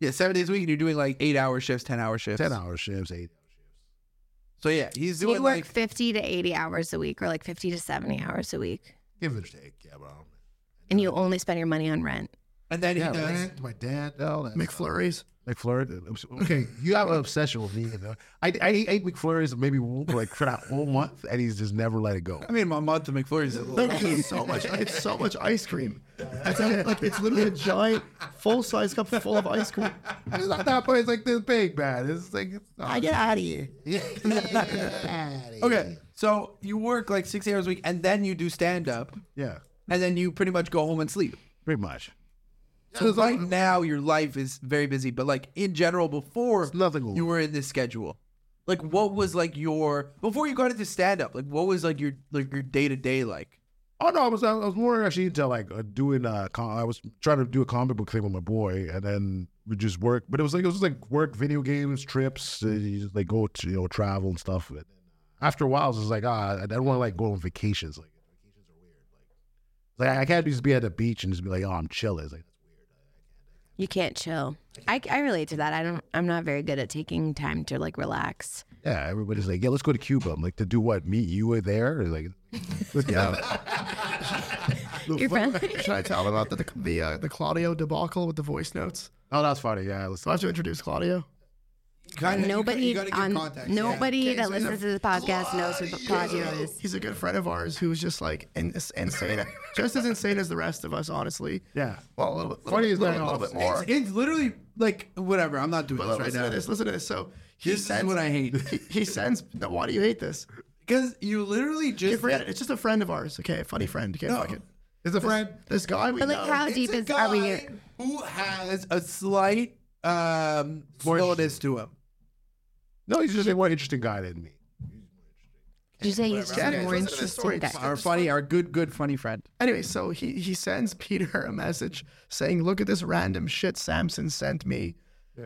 Speaker 4: Yeah, seven days a week, and you're doing like eight hour shifts, ten hour shifts.
Speaker 3: Ten hour shifts, eight.
Speaker 4: So yeah, he's
Speaker 2: Do
Speaker 4: doing
Speaker 2: you work
Speaker 4: like
Speaker 2: fifty to eighty hours a week, or like fifty to seventy hours a week,
Speaker 3: Give or take, yeah, but I don't.
Speaker 2: and you only spend your money on rent?
Speaker 4: And then
Speaker 3: Yeah,
Speaker 4: he does.
Speaker 3: man, my dad. Oh, that
Speaker 5: McFlurries.
Speaker 3: McFlurry. uh, Okay, you have an obsession with me. You know? I, I ate McFlurries maybe like for that whole month, and he's just never let it go.
Speaker 4: I mean, my month of McFlurry's a little.
Speaker 5: It's so much. It's so much ice cream. It's like, like, it's literally a giant full size cup full of ice cream.
Speaker 3: It's not that point. It's like this big, man. It's like it's not-
Speaker 5: I get out of here.
Speaker 4: Okay, so you work like six hours a week, and then you do stand up,
Speaker 3: yeah,
Speaker 4: and then you pretty much go home and sleep.
Speaker 3: pretty much.
Speaker 4: So right now, your life is very busy, but like in general, before
Speaker 3: It's nothing.
Speaker 4: you were in this schedule, like what was like your before you got into stand up, like what was like your like your day to day like?
Speaker 3: Oh no, I was I was more actually into like uh, doing uh com- I was trying to do a comic book thing with my boy, and then we just work. But it was like it was just like work, video games, trips. Uh, you just like go to you know travel and stuff. But after a while, I was just like ah, I don't want to like go on vacations. Like vacations are weird. Like like I can't just be at the beach and just be like oh I'm chilling. It's like
Speaker 2: You can't chill. I, I relate to that. I don't. I'm not very good at taking time to like relax.
Speaker 3: yeah, everybody's like yeah, let's go to Cuba. I'm like to do what? Meet you were there? It's like yeah,
Speaker 2: Your friend.
Speaker 5: Should I tell them about the the, uh, the Claudio debacle with the voice notes?
Speaker 3: oh that's funny. Yeah, let's
Speaker 5: Do I have to introduce Claudio?
Speaker 10: Kinda,
Speaker 2: Nobody
Speaker 10: you gotta, you gotta
Speaker 2: on
Speaker 10: give context,
Speaker 2: nobody
Speaker 10: yeah. Okay,
Speaker 2: that
Speaker 10: so
Speaker 2: listens
Speaker 10: enough.
Speaker 2: to this podcast knows who Claudio is.
Speaker 5: He's a good friend of ours who was just like in, insane, just as insane as the rest of us, honestly.
Speaker 3: Yeah.
Speaker 5: Well, a little bit, little,
Speaker 3: Funny is
Speaker 5: little,
Speaker 3: that
Speaker 5: little bit more.
Speaker 10: It's, it's literally like whatever. I'm not doing
Speaker 5: But
Speaker 10: this right
Speaker 5: listen
Speaker 10: now.
Speaker 5: to this. Listen to this. So he
Speaker 10: This is
Speaker 5: sends.
Speaker 10: what I hate
Speaker 5: he, he sends. No, why do you hate this?
Speaker 10: because you literally
Speaker 5: You
Speaker 10: just
Speaker 5: forget it. It's just a friend of ours. Okay, a funny friend. Okay, fuck it. It's a friend. This, guy we
Speaker 2: But like,
Speaker 5: know.
Speaker 2: how deep is are we?
Speaker 10: guy who has a slight um slowness to him.
Speaker 3: No, he's just a more interesting guy than me.
Speaker 2: Did you say he's just
Speaker 5: Anyway,
Speaker 2: a more
Speaker 5: listen to this story.
Speaker 2: interesting guy?
Speaker 4: Our funny, our good, good funny friend.
Speaker 5: Anyway, so he, he sends Peter a message saying, Look at this random shit Samson sent me.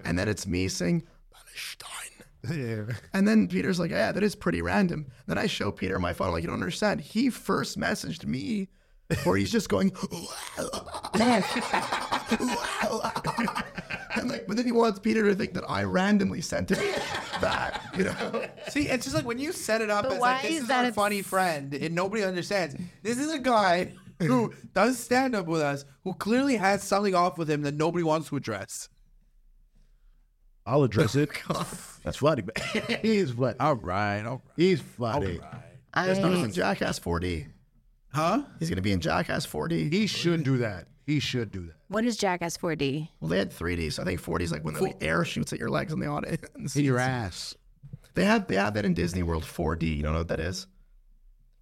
Speaker 5: And then it's me saying, Palestine.
Speaker 3: yeah.
Speaker 5: And then Peter's like, Yeah, that is pretty random. Then I show Peter my phone, like, you don't understand. He first messaged me where he's just going, and like, but then he wants Peter to think that I randomly sent him that, you know?
Speaker 10: See, it's just like when you set it up
Speaker 2: But
Speaker 10: as
Speaker 2: why
Speaker 10: like this
Speaker 2: is
Speaker 10: is,
Speaker 2: that
Speaker 10: our
Speaker 2: a-
Speaker 10: funny friend and nobody understands. This is a guy who does stand up with us who clearly has something off with him that nobody wants to address.
Speaker 3: I'll address it. That's funny. man. he's funny.
Speaker 4: All right, all right.
Speaker 3: He's funny.
Speaker 5: There's no reason Jackass 4D.
Speaker 10: Huh?
Speaker 5: He's going to be in Jackass 4D.
Speaker 3: He should do that. He should do that.
Speaker 2: What is Jackass 4D?
Speaker 5: Well, they had 3D, so I think 4D is like when the air shoots at your legs on the audience.
Speaker 3: In your ass.
Speaker 5: They have they have that in Disney World 4D. You don't know what that is?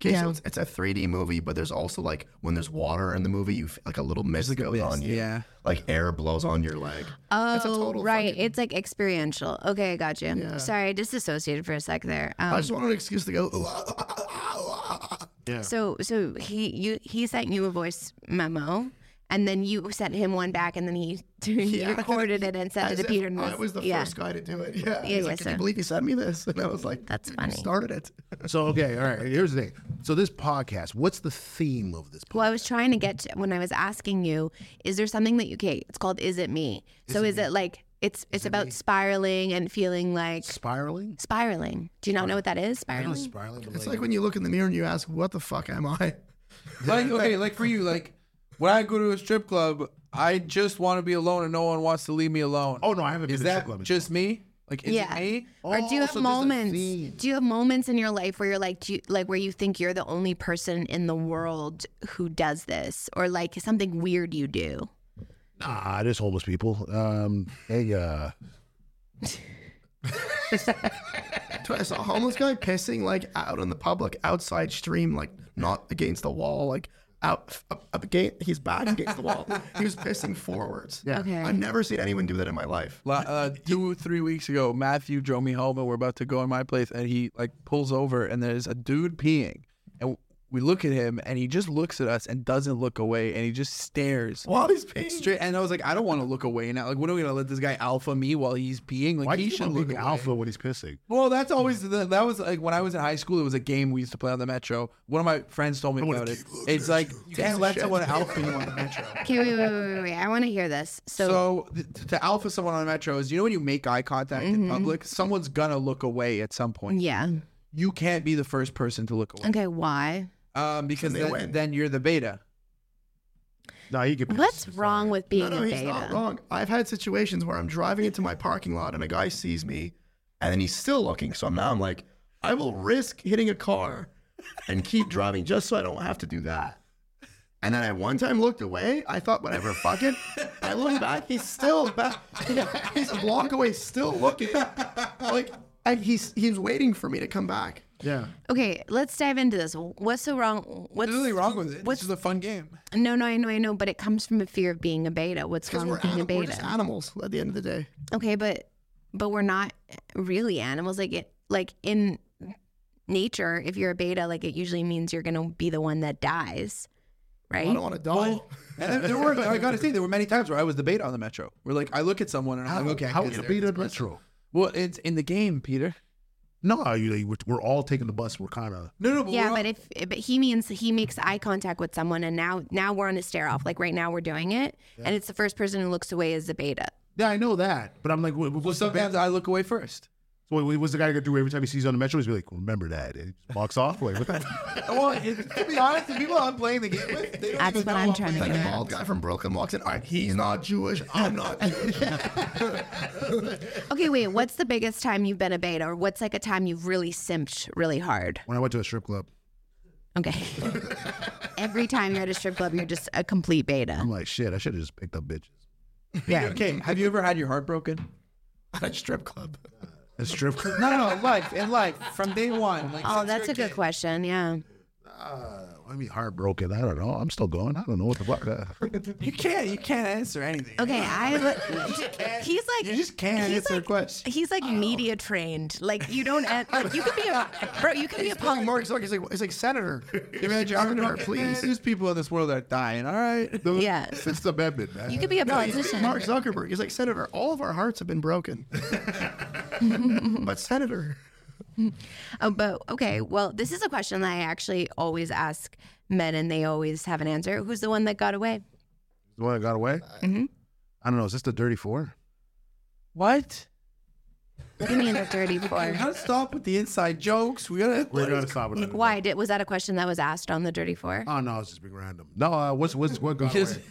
Speaker 5: Okay, so it's, it's a 3D movie, but there's also like when there's water in the movie, you feel like a little mist goes on you.
Speaker 10: yeah.
Speaker 5: like air blows on your leg.
Speaker 2: Oh,
Speaker 5: a total
Speaker 2: right. It's like experiential. Okay, I got you. Sorry, I disassociated for a sec there. Um,
Speaker 5: I just wanted an excuse to go. ah,
Speaker 2: So, so he you he sent you a voice memo, and then you sent him one back, and then he, he recorded it and sent
Speaker 5: As
Speaker 2: it to
Speaker 5: if
Speaker 2: Peter. And
Speaker 5: I was the
Speaker 2: yeah.
Speaker 5: first guy to do it. Yeah,
Speaker 2: Yeah,
Speaker 5: He's like,
Speaker 2: yeah,
Speaker 5: can you
Speaker 2: so-
Speaker 5: believe he sent me this? And I was like,
Speaker 2: That's
Speaker 5: "Dude,
Speaker 2: funny.
Speaker 5: You started it.
Speaker 3: So okay, all right. Here's the thing. So this podcast. What's the theme of this? podcast?
Speaker 2: Well, I was trying to get to, when I was asking you, is there something that you okay? It's called "Is It Me." so is it like it's it's about spiraling and feeling like
Speaker 3: Spiraling.
Speaker 2: spiraling? Do you not know what that is? Spiraling.
Speaker 3: Spiraling. but
Speaker 5: It's like when you look in the mirror and you ask, "What the fuck am I?"
Speaker 4: Like okay, like for you, like when I go to a strip club, I just want to be alone and no one wants to leave me alone.
Speaker 3: Oh no, I haven't
Speaker 4: is
Speaker 3: been to strip
Speaker 4: that
Speaker 3: club. in-
Speaker 4: just me? Like is
Speaker 2: Yeah.
Speaker 4: it me?
Speaker 2: or do you have
Speaker 3: so there's a
Speaker 2: moments?
Speaker 3: theme.
Speaker 2: Do you have moments in your life where you're like, do you, like where you think you're the only person in the world who does this, or like something weird you do?
Speaker 3: Nah, just homeless people. Um, hey, uh,
Speaker 5: I saw a homeless guy pissing like out in the public, outside stream, like not against the wall, like out up, up against. He's back against the wall. He was pissing forwards. Yeah.
Speaker 2: Okay.
Speaker 5: I've never seen anyone do that in my life.
Speaker 4: La- uh, two three weeks ago, Matthew drove me home, and we're about to go in my place, and he like pulls over, and there's a dude peeing, and we look at him, and he just looks at us and doesn't look away, and he just stares.
Speaker 5: While he's peeing,
Speaker 4: Straight, and I was like, I don't want to look away now. Like, when are we gonna let this guy alpha me while he's peeing? Like,
Speaker 3: why do
Speaker 4: he
Speaker 3: you
Speaker 4: should
Speaker 3: want to
Speaker 4: look
Speaker 3: be
Speaker 4: away.
Speaker 3: alpha when he's pissing?
Speaker 4: Well, that's always the, that was like when I was in high school. It was a game we used to play on the metro. One of my friends told me about it. It's like you can't let someone alpha you on the metro.
Speaker 2: Okay, wait, wait, wait, wait, wait. I want to hear this. So,
Speaker 4: So th- to alpha someone on the metro is you know when you make eye contact in public, someone's gonna look away at some point.
Speaker 2: Mm-hmm. yeah.
Speaker 4: You can't be the first person to look away,
Speaker 2: Okay, why?
Speaker 4: um, because
Speaker 5: Then they
Speaker 4: then,
Speaker 5: win.
Speaker 4: then you're the beta.
Speaker 3: No, he could. Piss.
Speaker 2: What's wrong with being
Speaker 5: no, no,
Speaker 2: a
Speaker 5: he's
Speaker 2: beta?
Speaker 5: not wrong. I've had situations where I'm driving into my parking lot and a guy sees me, and then he's still looking. So now I'm like, I will risk hitting a car, and keep driving just so I don't have to do that. And then I one time looked away. I thought, whatever, fuck it. I looked back. He's still back. He's a block away, still looking. Like, and he's he's waiting for me to come back.
Speaker 3: Yeah.
Speaker 2: Okay, let's dive into this. What's so wrong? What's
Speaker 4: What's really wrong with it?
Speaker 2: what's-
Speaker 4: What's the fun game?
Speaker 2: No, no, I know, I know, but it comes from a fear of being a beta. What's
Speaker 5: Because
Speaker 2: wrong
Speaker 5: we're,
Speaker 2: with being a
Speaker 5: anim- we're just
Speaker 2: beta?
Speaker 5: animals at the end of the day.
Speaker 2: Okay, but but we're not really animals. Like it, like in nature, if you're a beta, like it usually means you're gonna be the one that dies, right?
Speaker 5: I don't want to die.
Speaker 4: And there were I gotta say there were many times where I was the beta on the metro. Where like I look at someone and I'm like, okay, I
Speaker 3: How
Speaker 4: guess
Speaker 3: is
Speaker 4: they're-
Speaker 3: beta metro?
Speaker 4: Well, it's in the game, Peter.
Speaker 3: No, you, we're, we're all taking the bus. We're kind of.
Speaker 4: No, no, but
Speaker 2: yeah,
Speaker 4: we're
Speaker 2: but if but he means he makes eye contact with someone, and now now we're on a stare off. Like right now, we're doing it, and it's the first person who looks away is the beta.
Speaker 3: Yeah, I know that, but I'm like, what,
Speaker 4: Well,
Speaker 3: what's the
Speaker 4: sometimes
Speaker 3: beta?
Speaker 4: I look away first.
Speaker 3: So what, what's the guy gonna do every time he sees you on the metro? He's gonna be like, remember that. And he walks off. Like, what the
Speaker 4: Well, it, to be honest, the people I'm playing the game with, they don't
Speaker 2: That's what
Speaker 4: even know
Speaker 2: I'm trying to
Speaker 4: playing
Speaker 2: get at.
Speaker 4: the
Speaker 5: Like a
Speaker 4: game.
Speaker 5: bald guy from Brooklyn walks in. All right, he's not Jewish. I'm not Jewish.
Speaker 2: Okay, wait. What's the biggest time you've been a beta, or what's like a time you've really simped really hard?
Speaker 3: When I went to a strip club,
Speaker 2: Okay. Every time you're at a strip club, you're just a complete beta.
Speaker 3: I'm like, shit, I should have just picked up bitches.
Speaker 2: Yeah.
Speaker 4: Okay, have you ever had your heart broken?
Speaker 5: At a strip club.
Speaker 3: A strip club.
Speaker 4: No, no, in life, in life, from day one. Like,
Speaker 2: Oh, that's a good question. Yeah.
Speaker 3: I mean, heartbroken. I don't know. I'm still going. I don't know what the fuck. Uh,
Speaker 4: you can't, you can't answer anything.
Speaker 2: Okay, I. have- He's like
Speaker 4: You just can't
Speaker 2: he's
Speaker 4: answer a
Speaker 2: like-
Speaker 4: question. Oh.
Speaker 2: He's like media trained. Like you don't an- like you could be a bro. You could be a punk.
Speaker 5: Mark Zuckerberg is like, he's like senator. Give me a
Speaker 4: Man,
Speaker 5: job, please.
Speaker 4: There's people in this world that are dying. All right.
Speaker 3: the
Speaker 2: Yeah.
Speaker 3: Fifth Amendment, man.
Speaker 2: You could be a politician.
Speaker 5: Mark Zuckerberg. He's like, Senator, all of our hearts have been broken. but Senator.
Speaker 2: Oh, but okay. Well, this is a question that I actually always ask men, and they always have an answer. Who's the one that got away?
Speaker 3: the one that got away.
Speaker 2: Mhm.
Speaker 3: I don't know. Is this the dirty four?
Speaker 4: What?
Speaker 2: What do you mean the dirty four?
Speaker 4: We gotta stop with the inside jokes. We gotta.
Speaker 3: We're gonna stop with that.
Speaker 2: Why did was that a question that was asked on the dirty four?
Speaker 3: Oh no, it's just being random. No, uh, what's what's what got
Speaker 4: Because-
Speaker 3: away?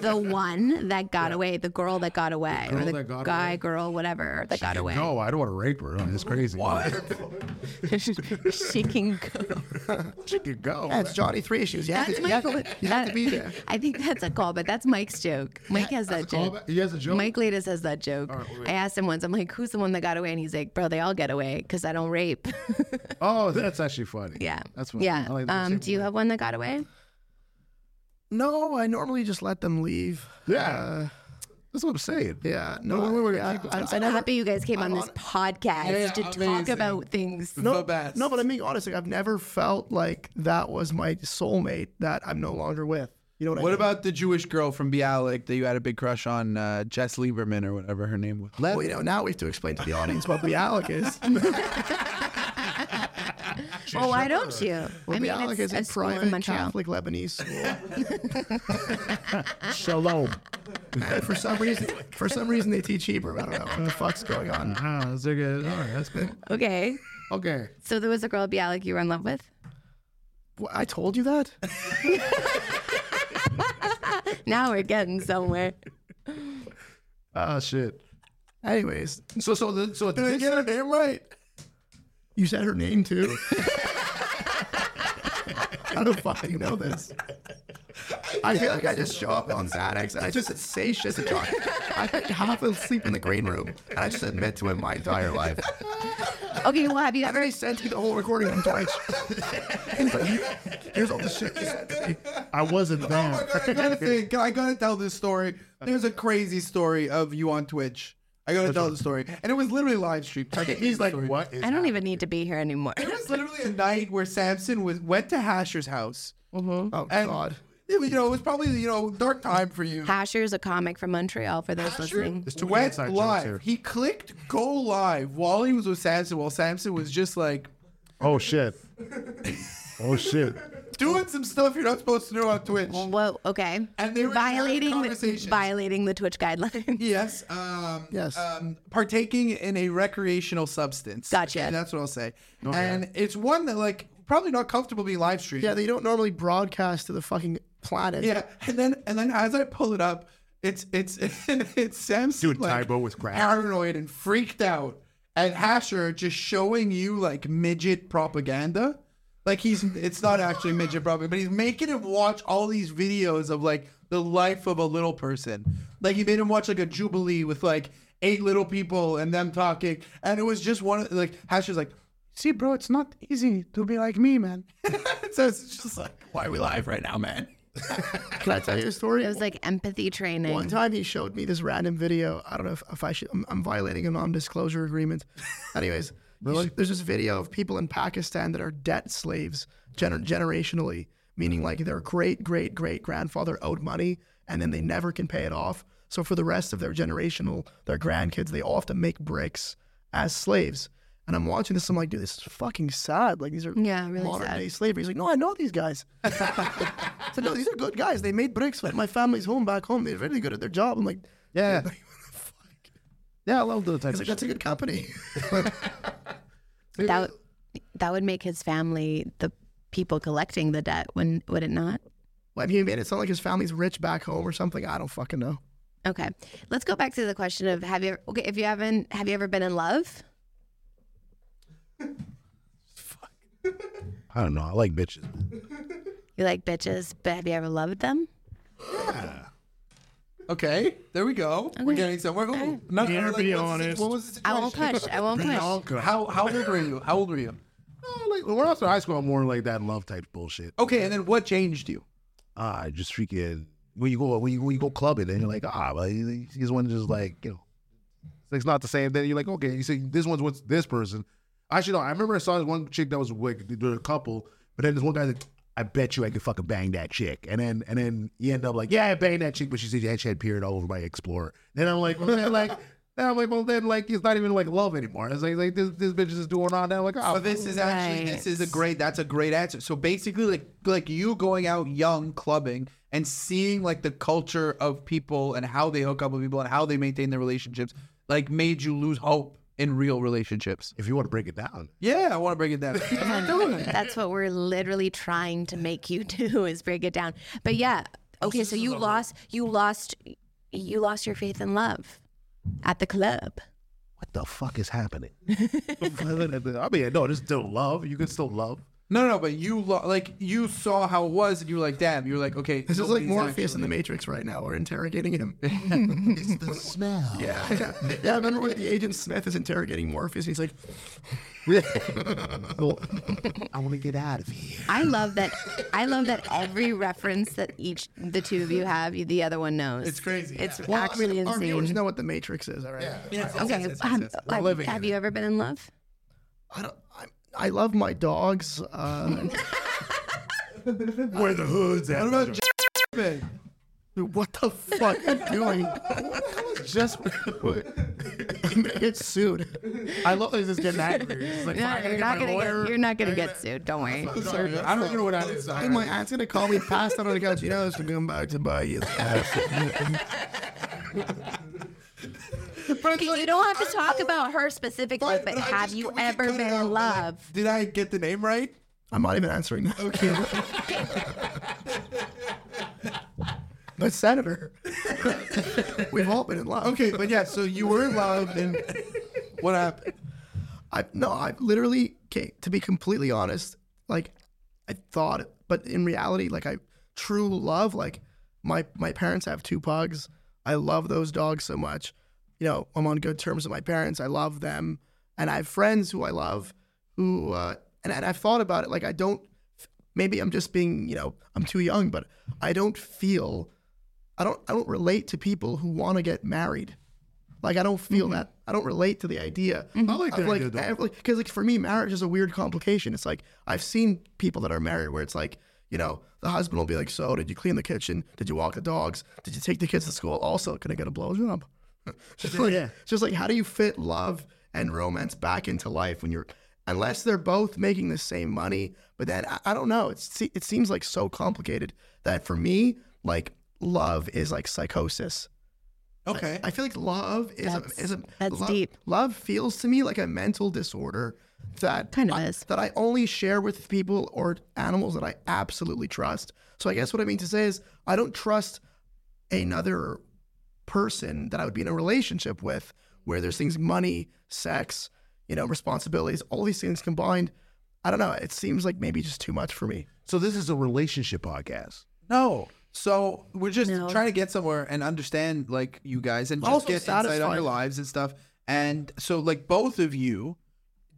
Speaker 2: The one that got away, the girl that got away,
Speaker 3: girl
Speaker 2: or the
Speaker 3: that got
Speaker 2: guy,
Speaker 3: away.
Speaker 2: girl, whatever that got away.
Speaker 3: No, I don't want to rape her. It's crazy. What?
Speaker 11: she can go.
Speaker 3: She could go.
Speaker 5: That's Johnny Three Issues. You have,
Speaker 2: That's
Speaker 5: to, you have,
Speaker 2: Michael.
Speaker 5: you have to be there.
Speaker 2: That- I think that's a call, but that's Mike's joke. Mike has that joke.
Speaker 3: He has a joke.
Speaker 2: Mike Leda says that joke. I asked him once. I'm like, "Who's the one that got away?" And he's like, "Bro, they all get away because I don't rape."
Speaker 3: Oh, that's actually funny.
Speaker 2: yeah,
Speaker 3: that's funny.
Speaker 2: yeah.
Speaker 3: I like that
Speaker 2: um,
Speaker 3: same
Speaker 2: do you
Speaker 3: one.
Speaker 2: have one that got away?
Speaker 5: No, I normally just let them leave.
Speaker 3: Yeah, that's what I'm saying.
Speaker 5: Yeah. No, wait, wait, wait. I, I, I
Speaker 2: I'm
Speaker 5: never.
Speaker 2: happy you guys came on this podcast
Speaker 4: Yeah,
Speaker 2: to talk
Speaker 4: amazing.
Speaker 2: about things.
Speaker 4: No, best.
Speaker 5: No, but I'm being honest. Like, I've never felt like that was my soulmate that I'm no longer with. You know what,
Speaker 4: What
Speaker 5: I mean?
Speaker 4: about the Jewish girl from Bialik that you had a big crush on, uh, Jess Lieberman or whatever her name was?
Speaker 5: Well, you know, now we have to explain to the audience what Bialik is.
Speaker 2: Well, why don't you?
Speaker 5: Well,
Speaker 2: I mean,
Speaker 5: Bialik
Speaker 2: it's
Speaker 5: is a
Speaker 2: a school
Speaker 5: private
Speaker 2: in Montreal.
Speaker 5: Catholic Lebanese school.
Speaker 3: Shalom.
Speaker 5: And for some reason, for some reason, they teach Hebrew. I don't know what the fuck's going on.
Speaker 3: Ah, that's good. All right, that's good.
Speaker 2: Okay,
Speaker 3: Okay.
Speaker 2: so there was a girl at Bialik you were in love with.
Speaker 5: What, I told you that.
Speaker 2: Now we're getting somewhere.
Speaker 3: Oh shit.
Speaker 5: Anyways,
Speaker 3: So so the, so
Speaker 5: Did I get her name right? You said her name too. I don't fucking know this. I feel like I just show up on Xanax and I just say shit to John. I think half asleep in the green room and I just admit to him my entire life.
Speaker 2: Okay, well, have you ever?
Speaker 5: I sent you the whole recording on Twitch. He's like, "Here- here's all the shit you said to me.
Speaker 3: I wasn't there.
Speaker 4: I gotta think. I gotta tell this story. There's a crazy story of you on Twitch. I gotta tell the story, and it was literally live streamed. Okay,
Speaker 3: He's like, what is?
Speaker 2: I don't even need to be here anymore.
Speaker 4: It was literally a night where Samson was went to Hasher's house.
Speaker 3: Mm-hmm.
Speaker 5: Oh
Speaker 4: And-
Speaker 5: God.
Speaker 4: It was, you know, it was probably you know dark time for you.
Speaker 2: Hasher's a comic from Montreal for those listening.
Speaker 3: There's too many
Speaker 4: went
Speaker 3: inside jokes here.
Speaker 4: live. He clicked go live while he was with Samson, while Samson was just like
Speaker 3: Oh shit. Oh shit.
Speaker 4: doing some stuff you're not supposed to do on Twitch.
Speaker 2: Whoa, okay.
Speaker 4: And they were
Speaker 2: violating
Speaker 4: having
Speaker 2: the,
Speaker 4: conversations.
Speaker 2: violating the Twitch guidelines.
Speaker 4: Yes. Um,
Speaker 5: Yes.
Speaker 4: Um, partaking in a recreational substance.
Speaker 2: Gotcha.
Speaker 4: And that's what I'll say. and it's one that like probably not comfortable being live streamed.
Speaker 5: Yeah, they don't normally broadcast to the fucking planet.
Speaker 4: Yeah. And then and then as I pull it up, it's it's it's Sam's
Speaker 3: Dude,
Speaker 4: like,
Speaker 3: Tybo was cracked.
Speaker 4: paranoid and freaked out, and Hasher just showing you like midget propaganda. Like he's it's not actually midget propaganda, but he's making him watch all these videos of like the life of a little person. Like he made him watch like a jubilee with like eight little people and them talking, and it was just one of like Hasher's like. See, bro, it's not easy to be like me, man. so it's just like, why are we live right now, man?
Speaker 5: Can I tell you a story?
Speaker 2: It was like empathy training.
Speaker 5: One time he showed me this random video. I don't know if, if I should. I'm, I'm violating a non-disclosure agreement. Anyways, really? there's this video of people in Pakistan that are debt slaves gener- generationally, meaning like their great great great grandfather owed money and then they never can pay it off. So for the rest of their generational, their grandkids, they all have to make bricks as slaves. And I'm watching this. I'm like, dude, this is fucking sad. Like these are
Speaker 2: Yeah, really
Speaker 5: modern
Speaker 2: sad.
Speaker 5: day slavery. He's like, no, I know these guys. So no, these are good guys. They made bricks. Like my family's home back home. They're really good at their job. I'm like,
Speaker 3: Yeah. Yeah, I love those types
Speaker 5: It's
Speaker 3: of shit.
Speaker 5: like that's a good company.
Speaker 2: That would- that would make his family the people collecting the debt, when would it not?
Speaker 5: Well, I mean, he made it sound like his family's rich back home or something. I don't fucking know.
Speaker 2: Okay, let's go back to the question of have you ever, okay if you haven't have you ever been in love?
Speaker 3: I don't know. I like bitches.
Speaker 2: You like bitches, but have you ever loved them?
Speaker 4: Okay, there we go. We're getting somewhere. Ooh, not,
Speaker 12: You're
Speaker 4: like,
Speaker 12: being
Speaker 4: what's the-
Speaker 12: honest.
Speaker 4: What was the
Speaker 2: I won't
Speaker 4: situation?
Speaker 2: push. I won't push.
Speaker 4: How how old were you? How old were you?
Speaker 3: Oh, like when I was in high school, I'm more like that love type bullshit.
Speaker 4: Okay, and then what changed you?
Speaker 3: Ah, just freaking when you go when you when you go clubbing, then you're like ah, well, he- he's one just like you know, it's not the same. Then you're like okay, you see this one's with this person. Actually, no, I remember I saw this one chick that was like they were a couple, but then this one guy's like, I bet you I could fucking bang that chick, and then and then you end up like yeah, I banged that chick, but she said yeah, she had period all over my explorer. Then I'm like well, then, like. Then I'm like, well, then like it's not even like love anymore. It's like, like this this bitch is doing on that. I'm like, oh,
Speaker 4: So this is actually
Speaker 2: Right.
Speaker 4: this is a great that's a great answer. So basically like like you going out young clubbing and seeing like the culture of people and how they hook up with people and how they maintain their relationships like made you lose hope in real relationships.
Speaker 3: if you want to break it down,
Speaker 4: Yeah, I want to break it down.
Speaker 2: That's what we're literally trying to make you do is break it down. But yeah, okay, so you lost you lost you lost your faith in love at the club.
Speaker 3: what the fuck is happening? I mean, no, this is still love. You can still love.
Speaker 4: no, no, no, but you lo- like you saw how it was and you were like, damn, you were like, okay,
Speaker 5: This is like
Speaker 4: nobody's
Speaker 5: Morpheus in
Speaker 4: actually-
Speaker 5: the Matrix right now. We're interrogating him. Yeah, yeah, yeah. I remember when the agent Smith is interrogating Morpheus. He's like,
Speaker 3: I want to get out of here.
Speaker 2: I love that I love that every reference that each the two of you have, the other one knows. It's
Speaker 4: crazy,
Speaker 2: It's
Speaker 5: well,
Speaker 2: actually
Speaker 5: I mean, Our viewers
Speaker 2: insane.
Speaker 5: know what the Matrix is, all right?
Speaker 2: okay, um, have-
Speaker 3: living
Speaker 2: have you ever been in love?
Speaker 5: I don't. I, I love my dogs. Uh,
Speaker 12: Where the hood's at.
Speaker 5: dude, what the fuck are you doing?
Speaker 3: Just
Speaker 5: I'm gonna get sued. I love this is getting angry. It's like,
Speaker 2: No,
Speaker 5: fuck, I
Speaker 2: you're
Speaker 5: gotta
Speaker 2: not
Speaker 5: get my
Speaker 2: gonna
Speaker 5: lawyer.
Speaker 2: get, you're not gonna get sued. Don't worry.
Speaker 4: I don't know what I did.
Speaker 5: Hey, my aunt's gonna call me passed out on the couch. You know, this will come back to buy you.
Speaker 2: Okay, you don't have to talk about her specifically, but have you ever been in love?
Speaker 4: Did I get the name right?
Speaker 5: I'm not even answering that. Okay. but Senator, we've all been in love.
Speaker 4: Okay, but yeah, so you were in love and what happened?
Speaker 5: I no, I literally okay, to be completely honest, like I thought but in reality, like I true love, like my my parents have two pugs. I love those dogs so much. You know, I'm on good terms with my parents. I love them. And I have friends who I love who uh and, and I've thought about it, like I don't maybe I'm just being, you know, I'm too young, but I don't feel I don't I don't relate to people who want to get married. Like I don't feel that. I don't relate to the idea. I like that like, Because like for me, marriage is a weird complication. It's like I've seen people that are married where it's like you know the husband will be like, "So did you clean the kitchen? Did you walk the dogs? Did you take the kids to school? Also, can I get a blowjob?" just like, yeah. just like how do you fit love and romance back into life when you're unless they're both making the same money? But then I, I don't know. It's it seems like so complicated that for me, like love is like psychosis.
Speaker 4: Okay.
Speaker 5: I feel like love is
Speaker 2: That's-
Speaker 5: a, is a
Speaker 2: that's
Speaker 5: lo-
Speaker 2: deep.
Speaker 5: Love feels to me like a mental disorder that
Speaker 2: Kind of
Speaker 5: I-
Speaker 2: is.
Speaker 5: that I only share with people or animals that I absolutely trust. So I guess what I mean to say is I don't trust another person that I would be in a relationship with where there's things money, sex, you know, responsibilities, all these things combined. I don't know. It seems like maybe just too much for me.
Speaker 3: so this is a relationship podcast.
Speaker 4: No. So we're just trying to get somewhere and understand like you guys and just
Speaker 5: Also
Speaker 4: get insight on
Speaker 5: satisfying.
Speaker 4: your lives and stuff. And so like both of you,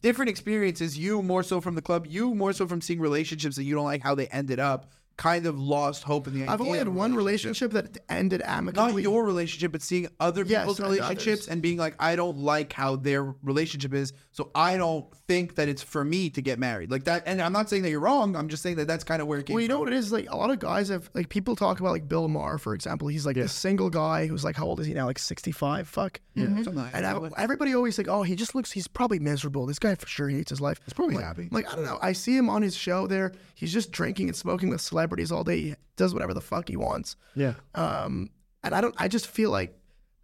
Speaker 4: different experiences, you more so from the club, you more so from seeing relationships that you don't like how they ended up, kind of lost hope in the idea.
Speaker 5: I've only had
Speaker 4: of
Speaker 5: one relationship that ended amicably.
Speaker 4: not your relationship, but seeing other
Speaker 5: Yes,
Speaker 4: people's
Speaker 5: and
Speaker 4: relationships
Speaker 5: others.
Speaker 4: and being like, I don't like how their relationship is, so I don't think that it's for me to get married like that. And I'm not saying that you're wrong. I'm just saying that that's kind of where it came.
Speaker 5: Well, you
Speaker 4: from.
Speaker 5: know what it is? Like a lot of guys have like people talk about like Bill Maher, for example. He's like this single guy who's like, how old is he now? Like sixty five. Fuck. Yeah.
Speaker 4: Something like
Speaker 5: And
Speaker 4: that.
Speaker 5: I, everybody always like, oh, he just looks. He's probably miserable. This guy for sure hates his life. He's probably happy. Like I don't know. I see him on his show there. He's just drinking and smoking with celebrities all day. He does whatever the fuck he wants.
Speaker 3: Yeah.
Speaker 5: Um, and I don't. I just feel like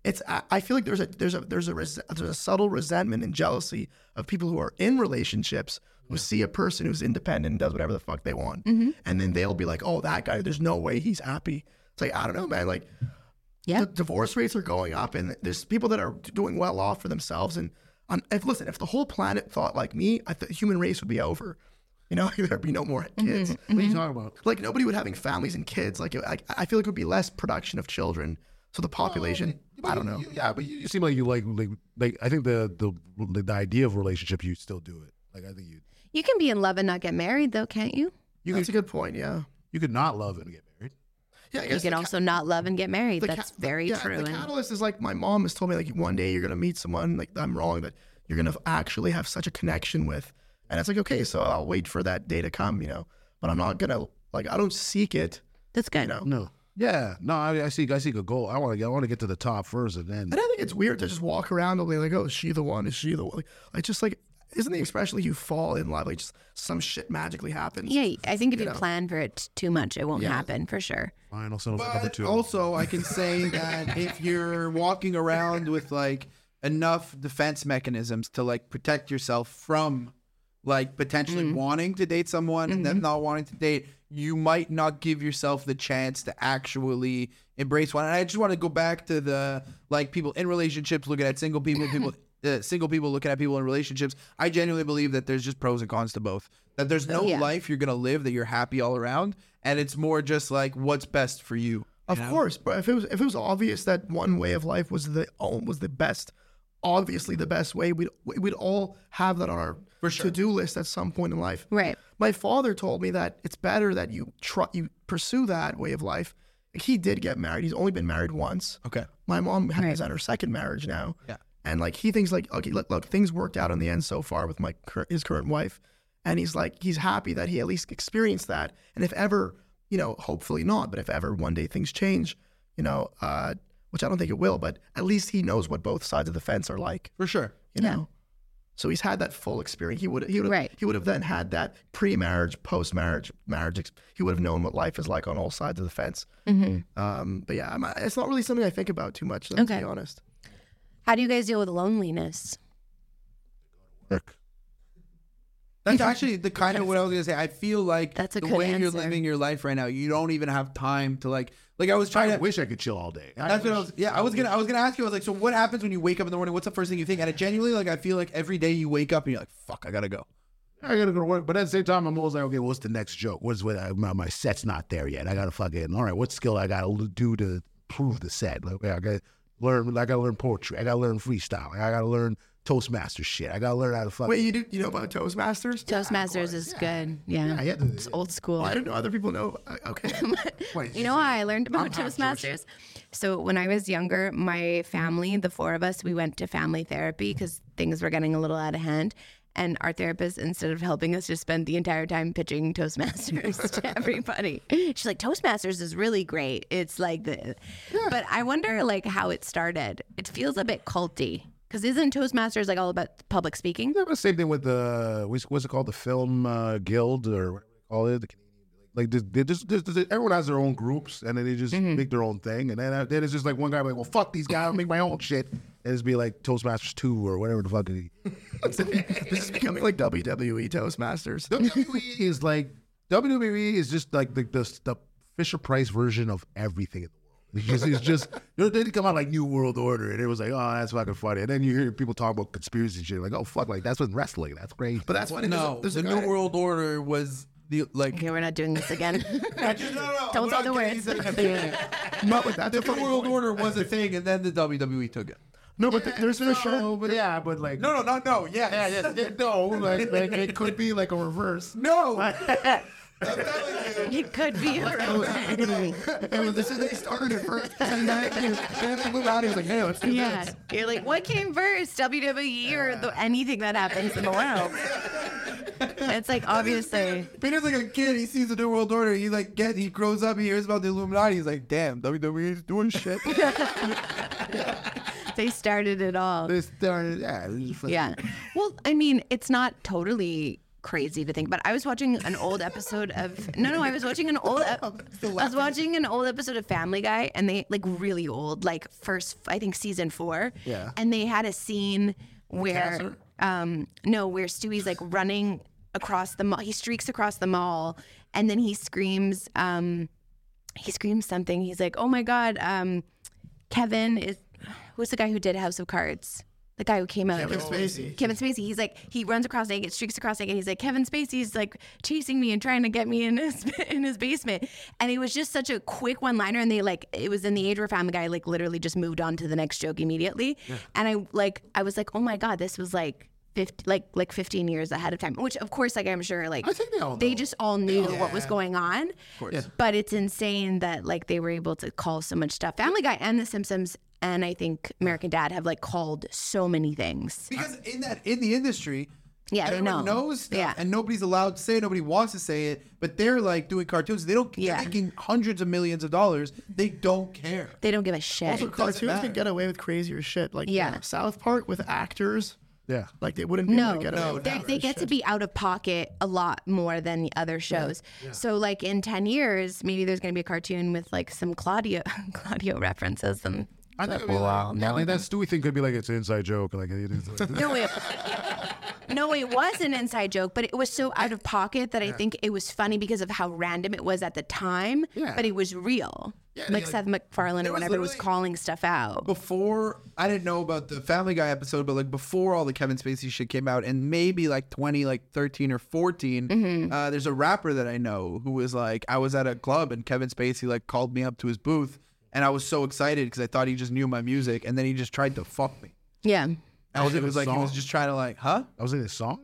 Speaker 5: It's I, I feel like there's a there's a there's a res, there's a subtle resentment and jealousy of people who are in relationships who see a person who's independent and does whatever the fuck they want, and then they'll be like, "Oh, that guy, there's no way he's happy." It's like I don't know, man. Like,
Speaker 2: Yeah.
Speaker 5: the divorce rates are going up, and there's people that are doing well off for themselves. And um, if listen, if the whole planet thought like me, I th- the human race would be over. You know, there'd be no more kids
Speaker 3: What are you talking about?
Speaker 5: like nobody would having families and kids. Like I, I feel like it would be less production of children. So the population, I don't know.
Speaker 3: You- yeah, but you, you seem like you like like like I think the the the idea of relationship you still do it. Like I think you
Speaker 2: You can be in love and not get married, though, can't you?
Speaker 3: you
Speaker 5: That's
Speaker 3: could
Speaker 5: a good point. Yeah,
Speaker 3: you could not love and get married.
Speaker 5: yeah. I
Speaker 2: You
Speaker 5: guess
Speaker 2: can
Speaker 5: the ca-
Speaker 2: also not love and get married.
Speaker 5: the ca-
Speaker 2: That's very
Speaker 5: yeah,
Speaker 2: true.
Speaker 5: The
Speaker 2: and-
Speaker 5: catalyst is like my mom has told me like one day you're gonna meet someone like I'm wrong that you're gonna actually have such a connection with, and it's like okay, so I'll wait for that day to come, you know. But I'm not gonna like I don't seek it.
Speaker 2: that's good.
Speaker 5: know.
Speaker 3: No. Yeah. No. I, I see. I seek a goal. I want to. I want to get to the top first, and then
Speaker 5: And I think it's weird to just walk around and be like, oh, is she the one? Is she the one? Like, I just like, isn't the expression like you fall in love? Like, just some shit magically happens.
Speaker 2: Yeah, I think if you,
Speaker 5: know.
Speaker 2: plan for it t- too much, it won't
Speaker 5: Yeah.
Speaker 2: happen for sure.
Speaker 3: final sentence number
Speaker 4: But
Speaker 3: two.
Speaker 4: also, I can say that if you're walking around with like enough defense mechanisms to like protect yourself from like potentially wanting to date someone and then not wanting to date, you might not give yourself the chance to actually embrace one. And I just want to go back to the like people in relationships looking at single people, people. Uh, single people looking at people in relationships. I genuinely believe that there's just pros and cons to both. That there's no life you're gonna live that you're happy all around, and it's more just like what's best for you.
Speaker 5: Of course, but if it was if it was obvious that one way of life was the oh, was the best, obviously the best way, we'd we'd all have that on our to do list at some point in life.
Speaker 2: Right.
Speaker 5: My father told me that it's better that you try you pursue that way of life. He did get married. He's only been married once.
Speaker 4: Okay.
Speaker 5: My mom ha- is at her second marriage now. Yeah. And like he thinks like okay look, look things worked out in the end so far with my cur- his current wife, and he's like he's happy that he at least experienced that. And if ever you know hopefully not, but if ever one day things change, you know, uh, which I don't think it will, but at least he knows what both sides of the fence are like.
Speaker 4: For sure.
Speaker 5: You know. So he's had that full experience. He would he would
Speaker 2: Right.
Speaker 5: he would have then had that pre-marriage, post-marriage, marriage. Ex- he would have known what life is like on all sides of the fence. Um, but yeah, I'm, it's not really something I think about too much. Though,
Speaker 2: Okay.
Speaker 5: To be honest,
Speaker 2: How do you guys deal with loneliness?
Speaker 4: That's actually the kind of what I was gonna say. I feel like
Speaker 2: That's a
Speaker 4: the
Speaker 2: good
Speaker 4: way you're
Speaker 2: answer.
Speaker 4: living your life right now, you don't even have time to like like I was trying
Speaker 3: I
Speaker 4: to
Speaker 3: wish I could chill all day. I
Speaker 4: That's what I
Speaker 3: wish-
Speaker 4: was. Yeah, I was gonna. I was gonna ask you. I was like, so what happens when you wake up in the morning? What's the first thing you think? And I genuinely, like, I feel like every day you wake up and you're like, fuck, I gotta go.
Speaker 3: I gotta go to work, but at the same time, I'm always like, okay, what's the next joke? What's what? I, my, my set's not there yet. I gotta fucking all right. What skill I gotta l- do to prove the set? Like, okay, I gotta learn. I gotta learn poetry. I gotta learn freestyle. I gotta learn Toastmaster shit. I gotta learn how to fucking.
Speaker 5: wait, you do you know about Toastmasters?
Speaker 2: Toastmasters is good. Yeah.
Speaker 3: I had to,
Speaker 2: It's old school.
Speaker 5: I don't know. Other people know. Uh, Okay,
Speaker 2: You know why I learned about Toastmasters? So when I was younger, my family, the four of us, we went to family therapy because things were getting a little out of hand. And our therapist, instead of helping us, just spent the entire time pitching Toastmasters to everybody. She's like, Toastmasters is really great. It's like the, but I wonder like how it started. It feels a bit culty because isn't Toastmasters like all about public speaking?
Speaker 3: Yeah, but the same thing with the uh, what's, what's it called? The film uh, guild or whatever they call it. The Canadian, like this- they just, this- this- everyone has their own groups, and then they just
Speaker 4: Mm-hmm.
Speaker 3: make their own thing. And then uh, then it's just like one guy be like, well, fuck these guys, I'll make my own shit. And just be like Toastmasters two or whatever the fuck. it is.
Speaker 5: this is becoming like WWE Toastmasters.
Speaker 3: WWE E is like WWE is just like the the, the Fisher Price version of everything in the world. It's just, it's just you know, they didn't come out like New World Order, and it was like, oh, that's fucking funny. And then you hear people talk about conspiracy shit, like, oh fuck, like that's what wrestling. That's crazy.
Speaker 5: But that's funny.
Speaker 4: No,
Speaker 5: there's a,
Speaker 4: the
Speaker 5: there's a
Speaker 4: New
Speaker 5: guy-
Speaker 4: World Order was the like.
Speaker 2: Okay, we're not doing this again.
Speaker 4: we're
Speaker 2: Don't say
Speaker 4: not
Speaker 2: the
Speaker 4: getting
Speaker 2: words.
Speaker 4: into that. But like, that's the New World Order was a thing, and then the WWE took it.
Speaker 5: No, but th- there's for sure.
Speaker 3: but yeah, but like
Speaker 4: No, no, not no. Yeah, yeah, yeah.
Speaker 3: no, like, like it could be like a reverse.
Speaker 4: No,
Speaker 2: it could be.
Speaker 5: And this is they started it first, and then he was- and then they moved out. He was like, "Hey, let's do
Speaker 2: Yeah. You're like, what came first, WWE or the, anything that happens in the world? it's like, obviously.
Speaker 4: Peter's like a kid. He sees the New World Order. He like get. He grows up. He hears about the Illuminati. He's like, damn, WWE is doing shit.
Speaker 2: They started it all.
Speaker 3: This started, yeah, it was just like-
Speaker 2: Yeah. Well, I mean, it's not totally crazy to think about. I was watching an old episode of no, no, I was watching an old. Ep- I was watching an old episode of Family Guy, and they like really old, like first I think season four. Yeah. And they had a scene where um no, where Stewie's like running across the mall. He streaks across the mall, and then he screams. um He screams something. He's like, "Oh my god, um, Kevin is." Who's the guy who did House of Cards? The guy who came out. Kevin
Speaker 5: Spacey.
Speaker 2: Kevin Spacey. He's like he runs across naked, streaks across naked. He's like Kevin Spacey's like chasing me and trying to get me in his in his basement. And it was just such a quick one liner. And they like it was in the age where Family Guy like literally just moved on to the next joke immediately. And I like I was like oh my god this was like. 50, like like 15 years ahead of time which of course like i'm sure like
Speaker 3: I think they all
Speaker 2: they
Speaker 3: know.
Speaker 2: just all knew what was going on of course. but it's insane that like they were able to call so much stuff family guy and the simpsons and i think american dad have like called so many things
Speaker 4: Because in that in the industry,
Speaker 2: Yeah, they
Speaker 4: everyone
Speaker 2: know.
Speaker 4: knows stuff,
Speaker 2: Yeah.
Speaker 4: and nobody's allowed to say it. Nobody wants to say it, but they're like doing cartoons. They don't. They're
Speaker 2: Yeah.
Speaker 4: making hundreds of millions of dollars. They don't care.
Speaker 2: they don't give a shit
Speaker 5: Also, cartoons can get away with crazier shit. Like
Speaker 2: Yeah.
Speaker 5: you know, South Park with actors,
Speaker 3: Yeah.
Speaker 5: like they wouldn't be
Speaker 2: no,
Speaker 5: able to get away with
Speaker 2: they,
Speaker 5: that.
Speaker 2: they get to be out of pocket a lot more than the other shows. So, like in ten years, maybe there's going to be a cartoon with like some Claudio Claudio references and
Speaker 3: I think wow, like, like that Stewie thing could be like it's an inside joke. Like, it is, like
Speaker 2: No, it, no, it was an inside joke, but it was so out of pocket that I think it was funny because of how random it was at the time. But it was real. like Seth MacFarlane or whatever was calling stuff out.
Speaker 4: before I didn't know about the Family Guy episode, but like before all the Kevin Spacey shit came out, and maybe like twenty, like thirteen or 14
Speaker 2: Mm-hmm.
Speaker 4: uh, there's a rapper that I know who was like, I was at a club and Kevin Spacey like called me up to his booth, and I was so excited because I thought he just knew my music, and then he just tried to fuck me.
Speaker 2: Yeah.
Speaker 4: I was, it was like he was just trying to like, huh?
Speaker 3: I was in this song.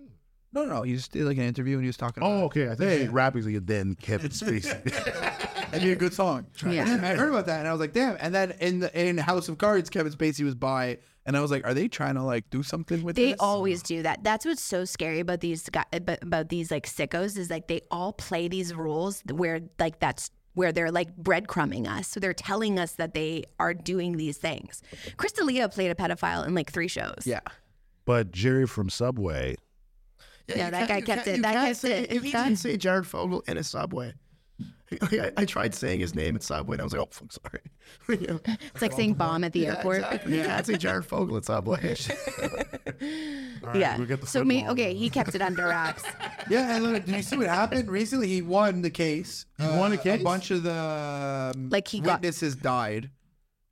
Speaker 4: No, no, he just did like an interview and he was talking.
Speaker 3: Oh,
Speaker 4: about
Speaker 3: okay. I think yeah. rapping's like then Kevin Spacey.
Speaker 4: it. that'd be a good song.
Speaker 2: Yeah.
Speaker 4: Damn, I heard about that and I was like, damn. And then in the, in House of Cards, Kevin Spacey was by, and I was like, are they trying to like do something with
Speaker 2: They
Speaker 4: this?
Speaker 2: always do that. That's what's so scary about these guys, about, about these like sickos is like they all play these roles where like that's where they're like breadcrumbing us. So they're telling us that they are doing these things. Crystalia played a pedophile in like three shows.
Speaker 4: yeah.
Speaker 3: but Jerry from Subway.
Speaker 2: No,
Speaker 5: you
Speaker 2: that
Speaker 5: can't-
Speaker 2: guy
Speaker 5: you
Speaker 2: kept
Speaker 5: can't-
Speaker 2: it.
Speaker 5: you
Speaker 2: That
Speaker 5: can't
Speaker 2: kept
Speaker 5: say-
Speaker 2: it.
Speaker 5: You
Speaker 2: That-
Speaker 5: can't say Jared Fogle in a subway. Like, I, I tried saying his name at Subway, and I was like, "Oh, fuck, sorry." you know?
Speaker 2: It's like saying bomb at the airport.
Speaker 5: Yeah, exactly. You can't say Jared Fogle at Subway.
Speaker 2: yeah.
Speaker 3: we'll get the
Speaker 2: so
Speaker 3: foot
Speaker 2: me
Speaker 3: long.
Speaker 2: okay, he kept it under wraps.
Speaker 4: Yeah, and look, did you see what happened recently? He won the case. He won a case. A bunch of the um,
Speaker 2: Like he got-
Speaker 4: witnesses died,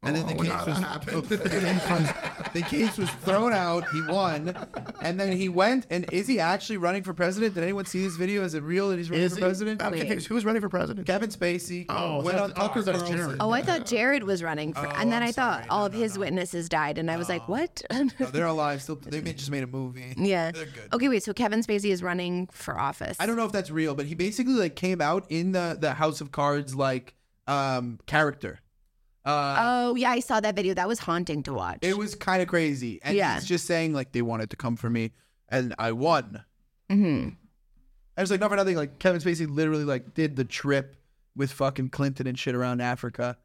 Speaker 4: and then the
Speaker 5: Oh,
Speaker 4: case
Speaker 5: no,
Speaker 4: was
Speaker 5: that happened.
Speaker 4: the case was thrown out. He won, and then he went. And is he actually running for president? Did anyone see this video? Is it real that he's running
Speaker 5: Is
Speaker 4: for
Speaker 5: he?
Speaker 4: president?
Speaker 5: I'm confused. Who's running for president?
Speaker 4: Kevin Spacey
Speaker 5: Oh,
Speaker 4: went
Speaker 5: that's-
Speaker 4: on Tucker
Speaker 5: oh, that's
Speaker 4: Carlson.
Speaker 5: Jared.
Speaker 2: Oh, I thought Jared was running for and
Speaker 3: Oh,
Speaker 2: then i thought all of his witnesses died and I was like, What?
Speaker 4: No, they're alive still. They made- just made a movie.
Speaker 2: yeah.
Speaker 4: they're good.
Speaker 2: Okay, wait, so Kevin Spacey is running for office.
Speaker 4: I don't know if that's real, but he basically like came out in the the House of Cards like um character. Uh,
Speaker 2: Oh yeah, I saw that video. That was haunting to watch.
Speaker 4: It was kind of crazy. And
Speaker 2: Yeah.
Speaker 4: he's just saying like they wanted to come for me and I won. Mm-hmm. I was like, not for nothing. Like Kevin Spacey literally like did the trip with fucking Clinton and shit around Africa.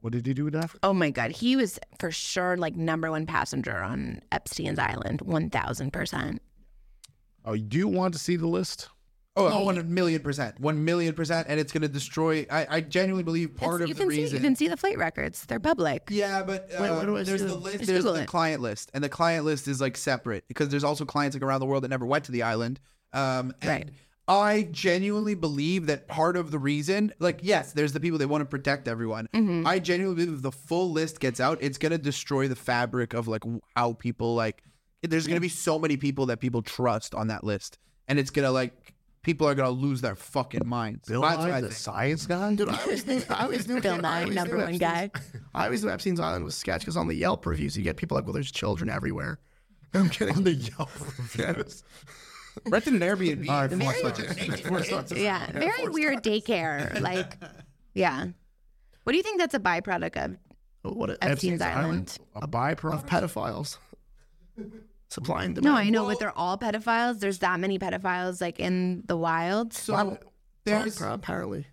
Speaker 3: What did he do in Africa?
Speaker 2: Oh my god, he was for sure like number one passenger on Epstein's Island, one thousand percent.
Speaker 3: Oh, do you want to see the list?
Speaker 4: Oh, one million percent. One million percent. And it's going to destroy. I, I genuinely believe part
Speaker 2: you
Speaker 4: of the
Speaker 2: can see
Speaker 4: reason.
Speaker 2: you can see the flight records; they're public.
Speaker 4: Yeah, but uh,
Speaker 5: where do I
Speaker 4: there's
Speaker 5: see
Speaker 4: the
Speaker 5: them?
Speaker 4: list.
Speaker 2: Just
Speaker 4: There's
Speaker 2: Google
Speaker 4: the
Speaker 2: it.
Speaker 4: client list, and the client list is like separate because there's also clients like around the world that never went to the island. Um, and
Speaker 2: Right.
Speaker 4: I genuinely believe that part of the reason, like, yes, there's the people that want to protect everyone.
Speaker 2: Mm-hmm.
Speaker 4: I genuinely believe if the full list gets out, it's gonna destroy the fabric of like w- how people like. There's gonna be so many people that people trust on that list, and it's gonna like people are gonna lose their fucking minds.
Speaker 3: Bill
Speaker 4: That's what
Speaker 3: Nye,
Speaker 4: I
Speaker 3: the
Speaker 4: think.
Speaker 3: science guy?
Speaker 5: Dude, I always knew. I always knew.
Speaker 2: Bill
Speaker 5: I
Speaker 2: Nye,
Speaker 5: always
Speaker 2: number
Speaker 5: knew
Speaker 2: one
Speaker 5: Epstein's-
Speaker 2: guy.
Speaker 5: I always knew Epstein's Island was sketch because on the Yelp reviews, you get people like, "Well, there's children everywhere." I'm kidding. on the Yelp reviews.
Speaker 4: rented an Airbnb.
Speaker 2: Yeah, very weird daycare. Like, yeah. What do you think that's a byproduct of
Speaker 5: What a-
Speaker 2: Epstein's Island?
Speaker 3: A byproduct?
Speaker 5: of pedophiles supply and
Speaker 2: No,
Speaker 5: demand.
Speaker 2: I know, but they're all pedophiles. There's that many pedophiles like in the wild.
Speaker 4: So there's
Speaker 5: Pro- apparently.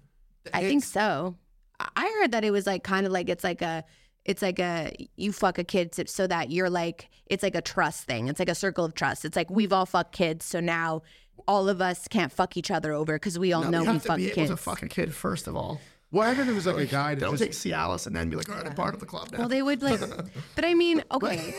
Speaker 2: I think so. I- I heard that it was like kind of like it's like a it's like a you fuck a kid so- so that you're like it's like a trust thing. It's like a circle of trust. It's like we've all fucked kids, so now all of us can't fuck each other over because we all
Speaker 5: No,
Speaker 2: know
Speaker 5: you
Speaker 2: we
Speaker 5: have to
Speaker 2: fuck
Speaker 5: be able
Speaker 2: kids.
Speaker 5: to fuck a kid first of all.
Speaker 3: What happened? It was like a guy that
Speaker 5: Don't
Speaker 3: just
Speaker 5: take Cialis and then be like, all right, I'm part of the club now.
Speaker 2: Well, they would like, but I mean, okay.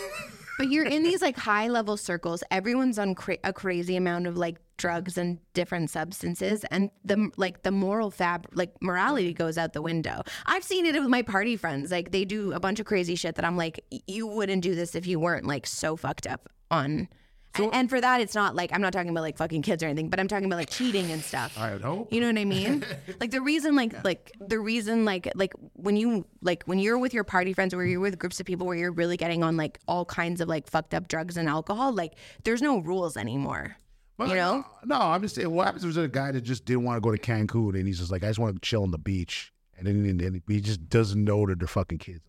Speaker 2: But you're in these like high level circles. Everyone's on cra- a crazy amount of like drugs and different substances, and the like the moral fab like morality goes out the window. I've seen it with my party friends. Like they do a bunch of crazy shit that I'm like, "Y- you wouldn't do this if you weren't like so fucked up on. and, and for that, it's not like I'm not talking about like fucking kids or anything, but I'm talking about like cheating and stuff.
Speaker 3: I would hope.
Speaker 2: You know what I mean? like the reason, like like the reason, like like when you like when you're with your party friends, or you're with groups of people where you're really getting on like all kinds of like fucked up drugs and alcohol, like there's no rules anymore.
Speaker 3: Well,
Speaker 2: you know?
Speaker 3: uh, No, I'm just saying. What happens was a guy that just didn't want to go to Cancun, and he's just like, I just want to chill on the beach, and then and then he just doesn't know that they're fucking kids.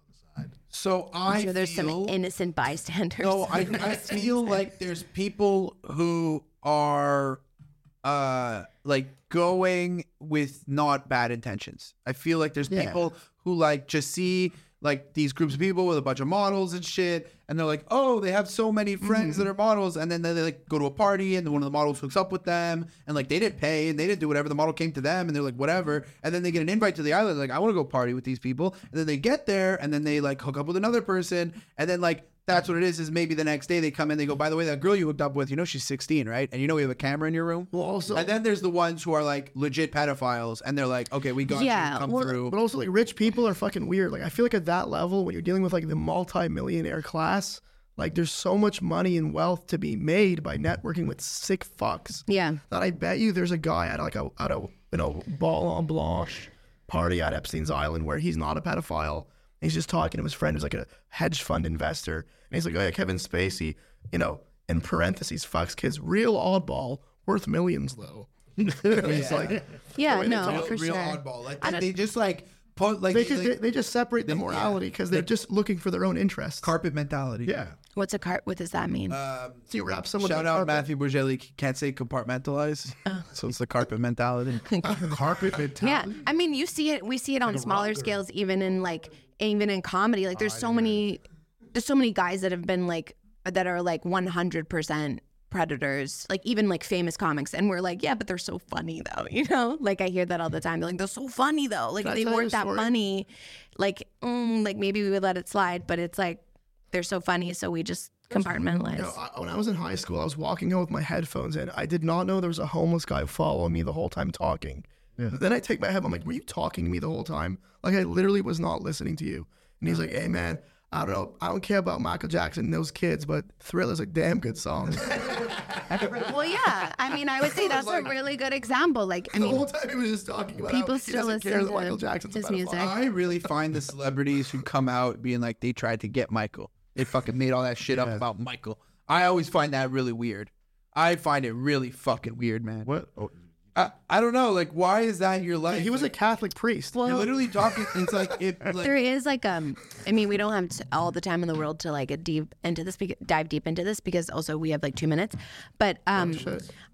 Speaker 4: So I
Speaker 2: I'm sure there's
Speaker 4: feel,
Speaker 2: some innocent bystanders.
Speaker 4: No, I, I feel like there's people who are uh like going with not bad intentions. I feel like there's people who like just see like these groups of people with a bunch of models and shit and they're like, "Oh, they have so many friends
Speaker 5: Mm-hmm.
Speaker 4: that are models." And then they like go to a party and one of the models hooks up with them and like they didn't pay and they didn't do whatever the model came to them and they're like, "Whatever." And then they get an invite to the island like, "I want to go party with these people." And then they get there and then they like hook up with another person and then like that's what it is. Is maybe the next day they come in, they go, by the way, that girl you hooked up with, you know, she's 16, right? And you know, we have a camera in your room.
Speaker 5: Well, also-
Speaker 4: and then there's the ones who are like legit pedophiles, and they're like, okay, we got
Speaker 2: Yeah,
Speaker 4: you, come
Speaker 2: well,
Speaker 4: through.
Speaker 5: But also, like, rich people are fucking weird. Like, I feel like at that level, when you're dealing with like the multi-millionaire class, like, there's so much money and wealth to be made by networking with sick fucks.
Speaker 2: Yeah.
Speaker 5: That I bet you there's a guy at like a at a you know ball en blanche party at Epstein's Island where he's not a pedophile. And he's just talking to his friend who's like a hedge fund investor, and he's like, "Oh yeah, Kevin Spacey, you know, in parentheses, fucks kids, real oddball, worth millions though." And It's like
Speaker 2: yeah,
Speaker 5: way they
Speaker 2: no,
Speaker 5: talk-
Speaker 2: for
Speaker 4: Real
Speaker 2: sure.
Speaker 4: oddball. Like they just like put like,
Speaker 5: they just
Speaker 4: like
Speaker 5: they, they just separate the morality because they're just looking for their own interests.
Speaker 4: carpet mentality.
Speaker 5: yeah.
Speaker 2: What's a cart? What does that mean?
Speaker 5: So you wrap someone
Speaker 4: Shout
Speaker 5: in
Speaker 4: out
Speaker 5: carpet.
Speaker 4: Matthew Borgelli. Can't say compartmentalize, so it's the carpet mentality.
Speaker 3: Carpet mentality.
Speaker 2: yeah, I mean, you see it. We see it on smaller scales, even in like even in comedy. Like, there's so many, there's so many guys that have been like that are like 100 percent predators. Like even like famous comics, and we're like, yeah, but they're so funny though. You know, like I hear that all the time. They're like, they're so funny though. Like
Speaker 5: Can I
Speaker 2: if they
Speaker 5: tell you a
Speaker 2: weren't that
Speaker 5: story?
Speaker 2: funny. Like, mm, like maybe we would let it slide, but it's like they're so funny, so we just compartmentalize.
Speaker 5: You know, I, when I was in high school, I was walking home with my headphones in. I did not know there was a homeless guy following me the whole time talking. Then I take my head. I'm like, "Were you talking to me the whole time? Like I literally was not listening to you." And he's like, "Hey man, I don't know. I don't care about Michael Jackson and those kids, but Thriller's a damn good song."
Speaker 2: well, yeah. I mean, I would say that's a really good example. Like, I
Speaker 5: the
Speaker 2: mean,
Speaker 5: whole time he was just talking about
Speaker 2: people
Speaker 5: how
Speaker 2: still
Speaker 5: he doesn't care
Speaker 2: listen
Speaker 5: that Michael
Speaker 2: to
Speaker 5: Jackson's a
Speaker 2: his
Speaker 5: pedophile.
Speaker 2: music.
Speaker 4: I really find the celebrities who come out being like they tried to get Michael. They fucking made all that shit up about Michael. I always find that really weird. I find it really fucking weird, man.
Speaker 3: What? Oh,
Speaker 4: I, I don't know. Like, why is that your life?
Speaker 5: He was a
Speaker 4: like,
Speaker 5: Catholic priest.
Speaker 4: you're literally talking. It's like it. Like,
Speaker 2: there is like um i mean we don't have t all the time in the world to like a deep into this bec- dive deep into this because also we have like two minutes but um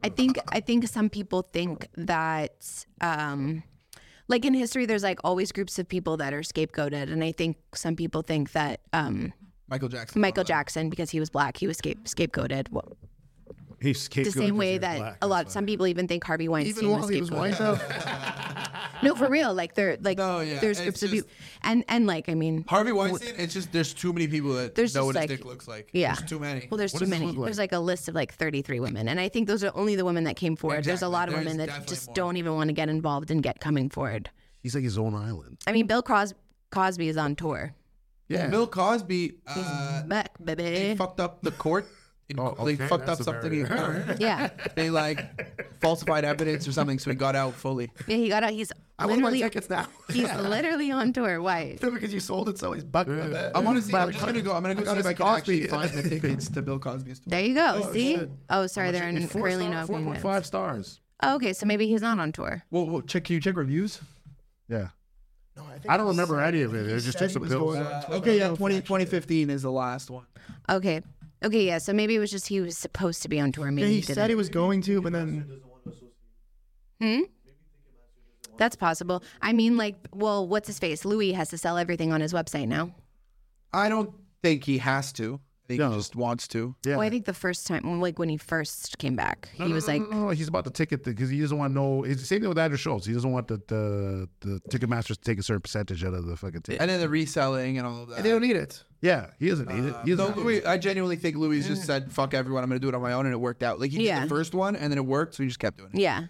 Speaker 2: i think i think some people think that um like in history there's like always groups of people that are scapegoated and i think some people think that um
Speaker 4: Michael Jackson.
Speaker 2: michael jackson because he was black he was scape- scapegoated Well,
Speaker 3: he's
Speaker 2: the same way that a lot some people even think harvey weinstein
Speaker 5: Even while
Speaker 2: was
Speaker 5: he was
Speaker 2: scapegoated
Speaker 5: white though.
Speaker 2: no for real like they're like
Speaker 4: No, yeah,
Speaker 2: there's
Speaker 4: it's
Speaker 2: groups of
Speaker 4: just-
Speaker 2: people and and like i mean
Speaker 4: Harvey Weinstein. It's just there's too many people that
Speaker 2: There's
Speaker 4: know
Speaker 2: just
Speaker 4: what
Speaker 2: like-
Speaker 4: his dick looks like.
Speaker 2: Yeah.
Speaker 4: There's too many.
Speaker 2: Well, there's too many. There's like a list of like 33 women, and I think those are only the women that came forward. There's a
Speaker 4: Exactly.
Speaker 2: lot of
Speaker 4: There is
Speaker 2: women that
Speaker 4: definitely
Speaker 2: just
Speaker 4: more.
Speaker 2: don't even want to get involved and get coming forward.
Speaker 3: He's like his own island.
Speaker 2: I mean, Bill Cros- Cosby is on tour.
Speaker 4: yeah. Bill Cosby. Uh,
Speaker 2: Back,
Speaker 4: they
Speaker 2: baby.
Speaker 4: fucked up the court. In,
Speaker 3: Oh,
Speaker 4: They
Speaker 3: okay,
Speaker 4: fucked up
Speaker 3: that's a
Speaker 4: something.
Speaker 3: very-
Speaker 4: in court.
Speaker 2: Yeah.
Speaker 4: they like falsified evidence or something, so he got out fully.
Speaker 2: Yeah, he got out. He's
Speaker 5: I want my
Speaker 2: literally,
Speaker 5: tickets now.
Speaker 2: he's literally on tour. Why?
Speaker 5: because you sold it, so he's bucked. my bet.
Speaker 4: I'm honestly, I'm just gonna go. I'm gonna go see if I can actually
Speaker 5: Cosby.
Speaker 4: find the tickets to Bill Cosby's.
Speaker 2: There you go. See? Oh, sorry, they're in currently no
Speaker 3: Four
Speaker 2: opening
Speaker 3: point
Speaker 2: minutes.
Speaker 3: five stars.
Speaker 2: Oh, okay, so maybe he's not on tour.
Speaker 4: Whoa, whoa, check. Can you check reviews?
Speaker 3: Yeah. I don't remember any of it. It just took some pills.
Speaker 4: okay, yeah. 20, 2015 is the last one.
Speaker 2: Okay. Okay, yeah. So maybe it was just he was supposed to be on tour. Maybe
Speaker 5: Yeah, he,
Speaker 2: he,
Speaker 5: said
Speaker 2: didn't.
Speaker 5: he was going to, but then
Speaker 2: That's possible. I mean, like, well, what's his face? Louis has to sell everything on his website now.
Speaker 4: I don't think he has to. I think he just wants to.
Speaker 3: Yeah.
Speaker 2: Well, I think the first time, like when he first came back, he was like,
Speaker 4: Mm-hmm.
Speaker 3: No, Oh, he's about the ticket because he doesn't want no. It's the same thing with Andrew Schultz. He doesn't want the the, the ticket masters to take a certain percentage out of the fucking ticket.
Speaker 4: And then the reselling and all of that.
Speaker 5: They don't need it.
Speaker 3: yeah, he doesn't need it. He
Speaker 4: No,
Speaker 3: doesn't.
Speaker 4: Louis, I genuinely think Louis just said, "Fuck everyone, I'm gonna do it on my own," and it worked out. Like he did
Speaker 2: Mm. Yeah.
Speaker 4: the first one, and then it worked, so he just kept doing it.
Speaker 2: yeah,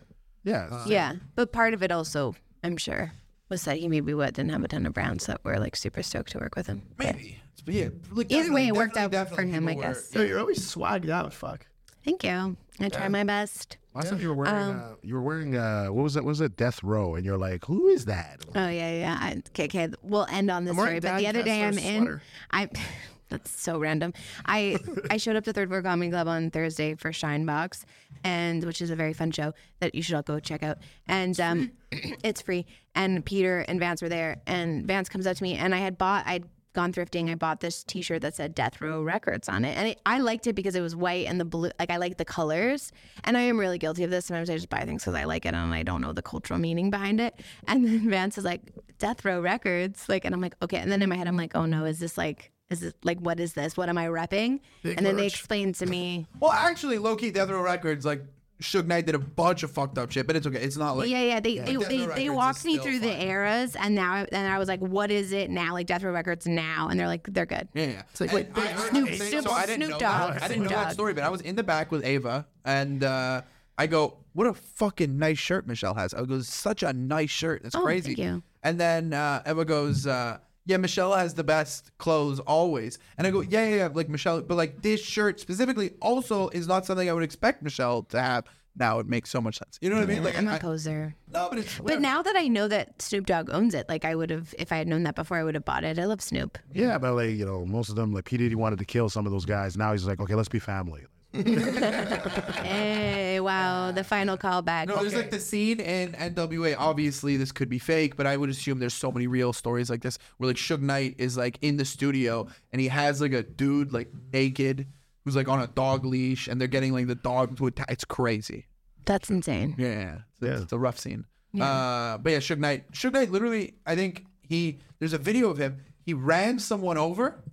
Speaker 3: yeah,
Speaker 4: Oh,
Speaker 2: yeah. But part of it also, I'm sure, was that he maybe what didn't have a ton of Browns that were like super stoked to work with him.
Speaker 4: Maybe. But yeah, like,
Speaker 2: Either way,
Speaker 4: definitely-
Speaker 2: it worked out
Speaker 4: definitely,
Speaker 2: for
Speaker 4: definitely
Speaker 2: him, I
Speaker 4: people were-
Speaker 2: guess.
Speaker 5: Yo, you're always swagged out. Fuck.
Speaker 2: Thank you. I try my best.
Speaker 3: Last time you were wearing
Speaker 2: Um,
Speaker 3: uh, you were wearing uh, what was that? What was it Death Row? And you're like, who is that?
Speaker 2: Oh yeah, yeah. I, okay, okay. We'll end on this
Speaker 5: I'm wearing
Speaker 2: story. But the
Speaker 5: Dad
Speaker 2: other day, I'm
Speaker 5: Kessler's
Speaker 2: in.
Speaker 5: sweater.
Speaker 2: I. That's so random. I I showed up to Third Floor Comedy Club on Thursday for Shine Box, and which is a very fun show that you should all go check out. And um, it's free. And Peter and Vance were there, and Vance comes up to me, and I had bought I'd gone thrifting. I bought this T-shirt that said Death Row Records on it, and it, I liked it because it was white and the blue. Like I like the colors, and I am really guilty of this. Sometimes I just buy things because I like it and I don't know the cultural meaning behind it. And then Vance is like Death Row Records, like, and I'm like okay. And then in my head I'm like, oh no, is this like? Is it like what is this? What am I repping? and then they explained to me,
Speaker 4: Well, actually, low key, Death Row Records, like Suge Knight did a bunch of fucked up shit, but it's okay. It's not like
Speaker 2: yeah, yeah. They they,
Speaker 4: Death Row
Speaker 2: they,
Speaker 4: Records
Speaker 2: they
Speaker 4: is
Speaker 2: walked me
Speaker 4: still
Speaker 2: through the
Speaker 4: fine.
Speaker 2: eras, and now I- and I was like, what is it now? Like Death Row Records now, and they're like they're good.
Speaker 4: Yeah, yeah. It's
Speaker 5: like, wait,
Speaker 4: I heard
Speaker 2: Snoop-
Speaker 4: that-
Speaker 2: Snoop-
Speaker 4: I didn't
Speaker 2: Snoop Dogg,
Speaker 4: know That. I didn't
Speaker 2: Snoop
Speaker 4: know that
Speaker 2: Dogg.
Speaker 4: story, but I was in the back with Ava, and uh, I go, "What a fucking nice shirt Michelle has." I go, "Such a nice shirt. That's
Speaker 2: Oh,
Speaker 4: crazy."
Speaker 2: thank you.
Speaker 4: And then uh, Ava goes, uh, "Yeah, Michelle has the best clothes always." And I go, "Yeah, yeah, yeah." Like Michelle, but like this shirt specifically also is not something I would expect Michelle to have. Now it makes so much sense. You know what I mean? Like,
Speaker 2: I'm
Speaker 4: I-
Speaker 2: a poser.
Speaker 4: no, but it's
Speaker 2: But now that I know that Snoop Dogg owns it, like I would have, if I had known that before, I would have bought it. I love Snoop.
Speaker 3: Yeah, but like you know, most of them like P Diddy wanted to kill some of those guys. Now he's like, okay, let's be family.
Speaker 2: Hey, Eh, wow, the final callback.
Speaker 4: No, there's like the scene in NWA. Obviously, this could be fake, but I would assume there's so many real stories like this where like Suge Knight is like in the studio and he has like a dude like naked who's like on a dog leash and they're getting like the dog to attack. It's crazy.
Speaker 2: That's insane.
Speaker 4: Yeah, yeah. It's, it's a rough scene. Uh, but yeah, Suge Knight. Suge Knight literally, I think he there's a video of him. He ran someone over,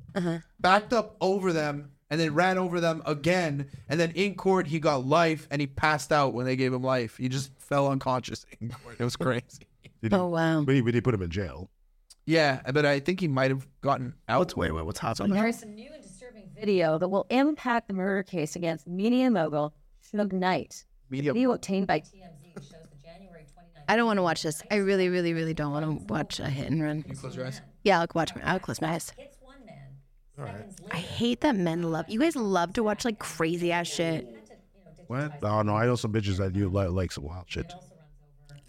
Speaker 4: backed up over them, and then ran over them again. And then in court, he got life, and he passed out when they gave him life. He just fell unconscious in court. It was crazy.
Speaker 2: Oh wow.
Speaker 3: But he, but he put him in jail.
Speaker 4: yeah, but I think he might have gotten out.
Speaker 5: What's wait, wait, what's happening?
Speaker 13: There's some new and disturbing video that will impact the murder case against media mogul Suge Knight.
Speaker 4: Media-
Speaker 13: Video obtained by TMZ shows the January 29th.
Speaker 2: I don't want to watch this. I really, really, really don't want to watch a hit and run.
Speaker 4: Close your eyes.
Speaker 2: Yeah, I'll watch. My, I'll close my eyes.
Speaker 13: It's one man. Seconds
Speaker 2: I
Speaker 13: later,
Speaker 2: hate that men love. You guys love to watch like crazy ass shit.
Speaker 3: What? Oh no, I know some bitches that do like, like some wild shit.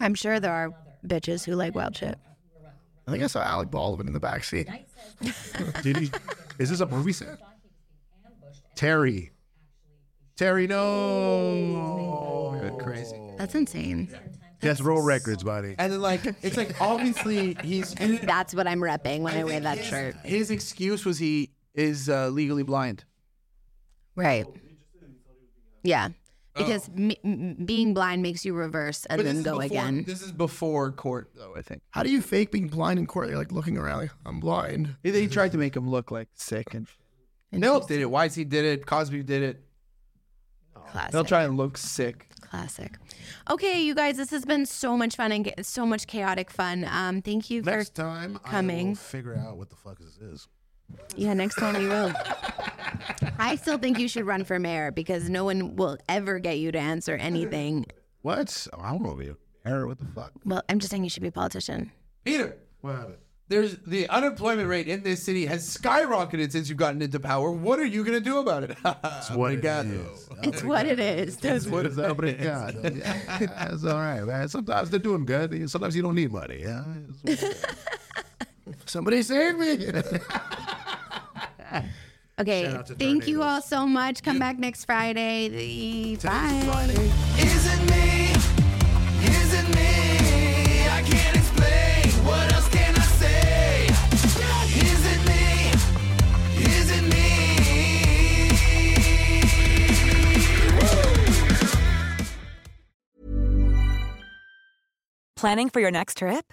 Speaker 2: I'm sure there are bitches who like wild shit.
Speaker 5: I think I saw Alec Baldwin in the backseat.
Speaker 3: Did he? Is this a movie set? Terry. Terry, no.
Speaker 4: Good, crazy.
Speaker 2: That's insane.
Speaker 3: Death Row Records, buddy.
Speaker 4: And then like it's like obviously he's
Speaker 2: That's what I'm repping when I wear that shirt.
Speaker 4: his excuse was he is uh, legally blind.
Speaker 2: Right.
Speaker 4: Oh,
Speaker 2: Yeah. Because me, m- being blind makes you reverse and
Speaker 4: But this
Speaker 2: then
Speaker 4: is
Speaker 2: go
Speaker 4: before-
Speaker 2: again.
Speaker 4: This is before court, though. I think.
Speaker 5: How do you fake being blind in court? You're like looking around, like, I'm blind.
Speaker 4: They-
Speaker 2: Mm-hmm.
Speaker 4: They tried to make him look like sick and Milk did it. YC did it. Cosby did it.
Speaker 2: Classic.
Speaker 4: They'll try and look sick.
Speaker 2: Classic. Okay, you guys, this has been so much fun and ge- so much chaotic fun. Um, thank you for
Speaker 3: Next time, I
Speaker 2: coming.
Speaker 3: will figure out what the fuck this is.
Speaker 2: yeah. Next time we will. I still think you should run for mayor because no one will ever get you to answer anything.
Speaker 3: What? Oh, I don't know, man. Aaron, what the fuck?
Speaker 2: Well, I'm just saying you should be a politician.
Speaker 4: Peter,
Speaker 3: What happened?
Speaker 4: there's the unemployment rate in this city has skyrocketed since you've gotten into power. What are you gonna do about it? That's
Speaker 3: What it is.
Speaker 2: It's what it is. That's
Speaker 3: What is that? Yeah, that's all right, man. Sometimes they're doing good. Sometimes you don't need money. Yeah. It's-
Speaker 5: Somebody save me.
Speaker 2: Okay. Thank you all so much. Come back next Friday. The- Bye.
Speaker 1: Is it me? Is it me? I can't explain. What else can I say? Is it me? Is it me?
Speaker 14: Planning for your next trip?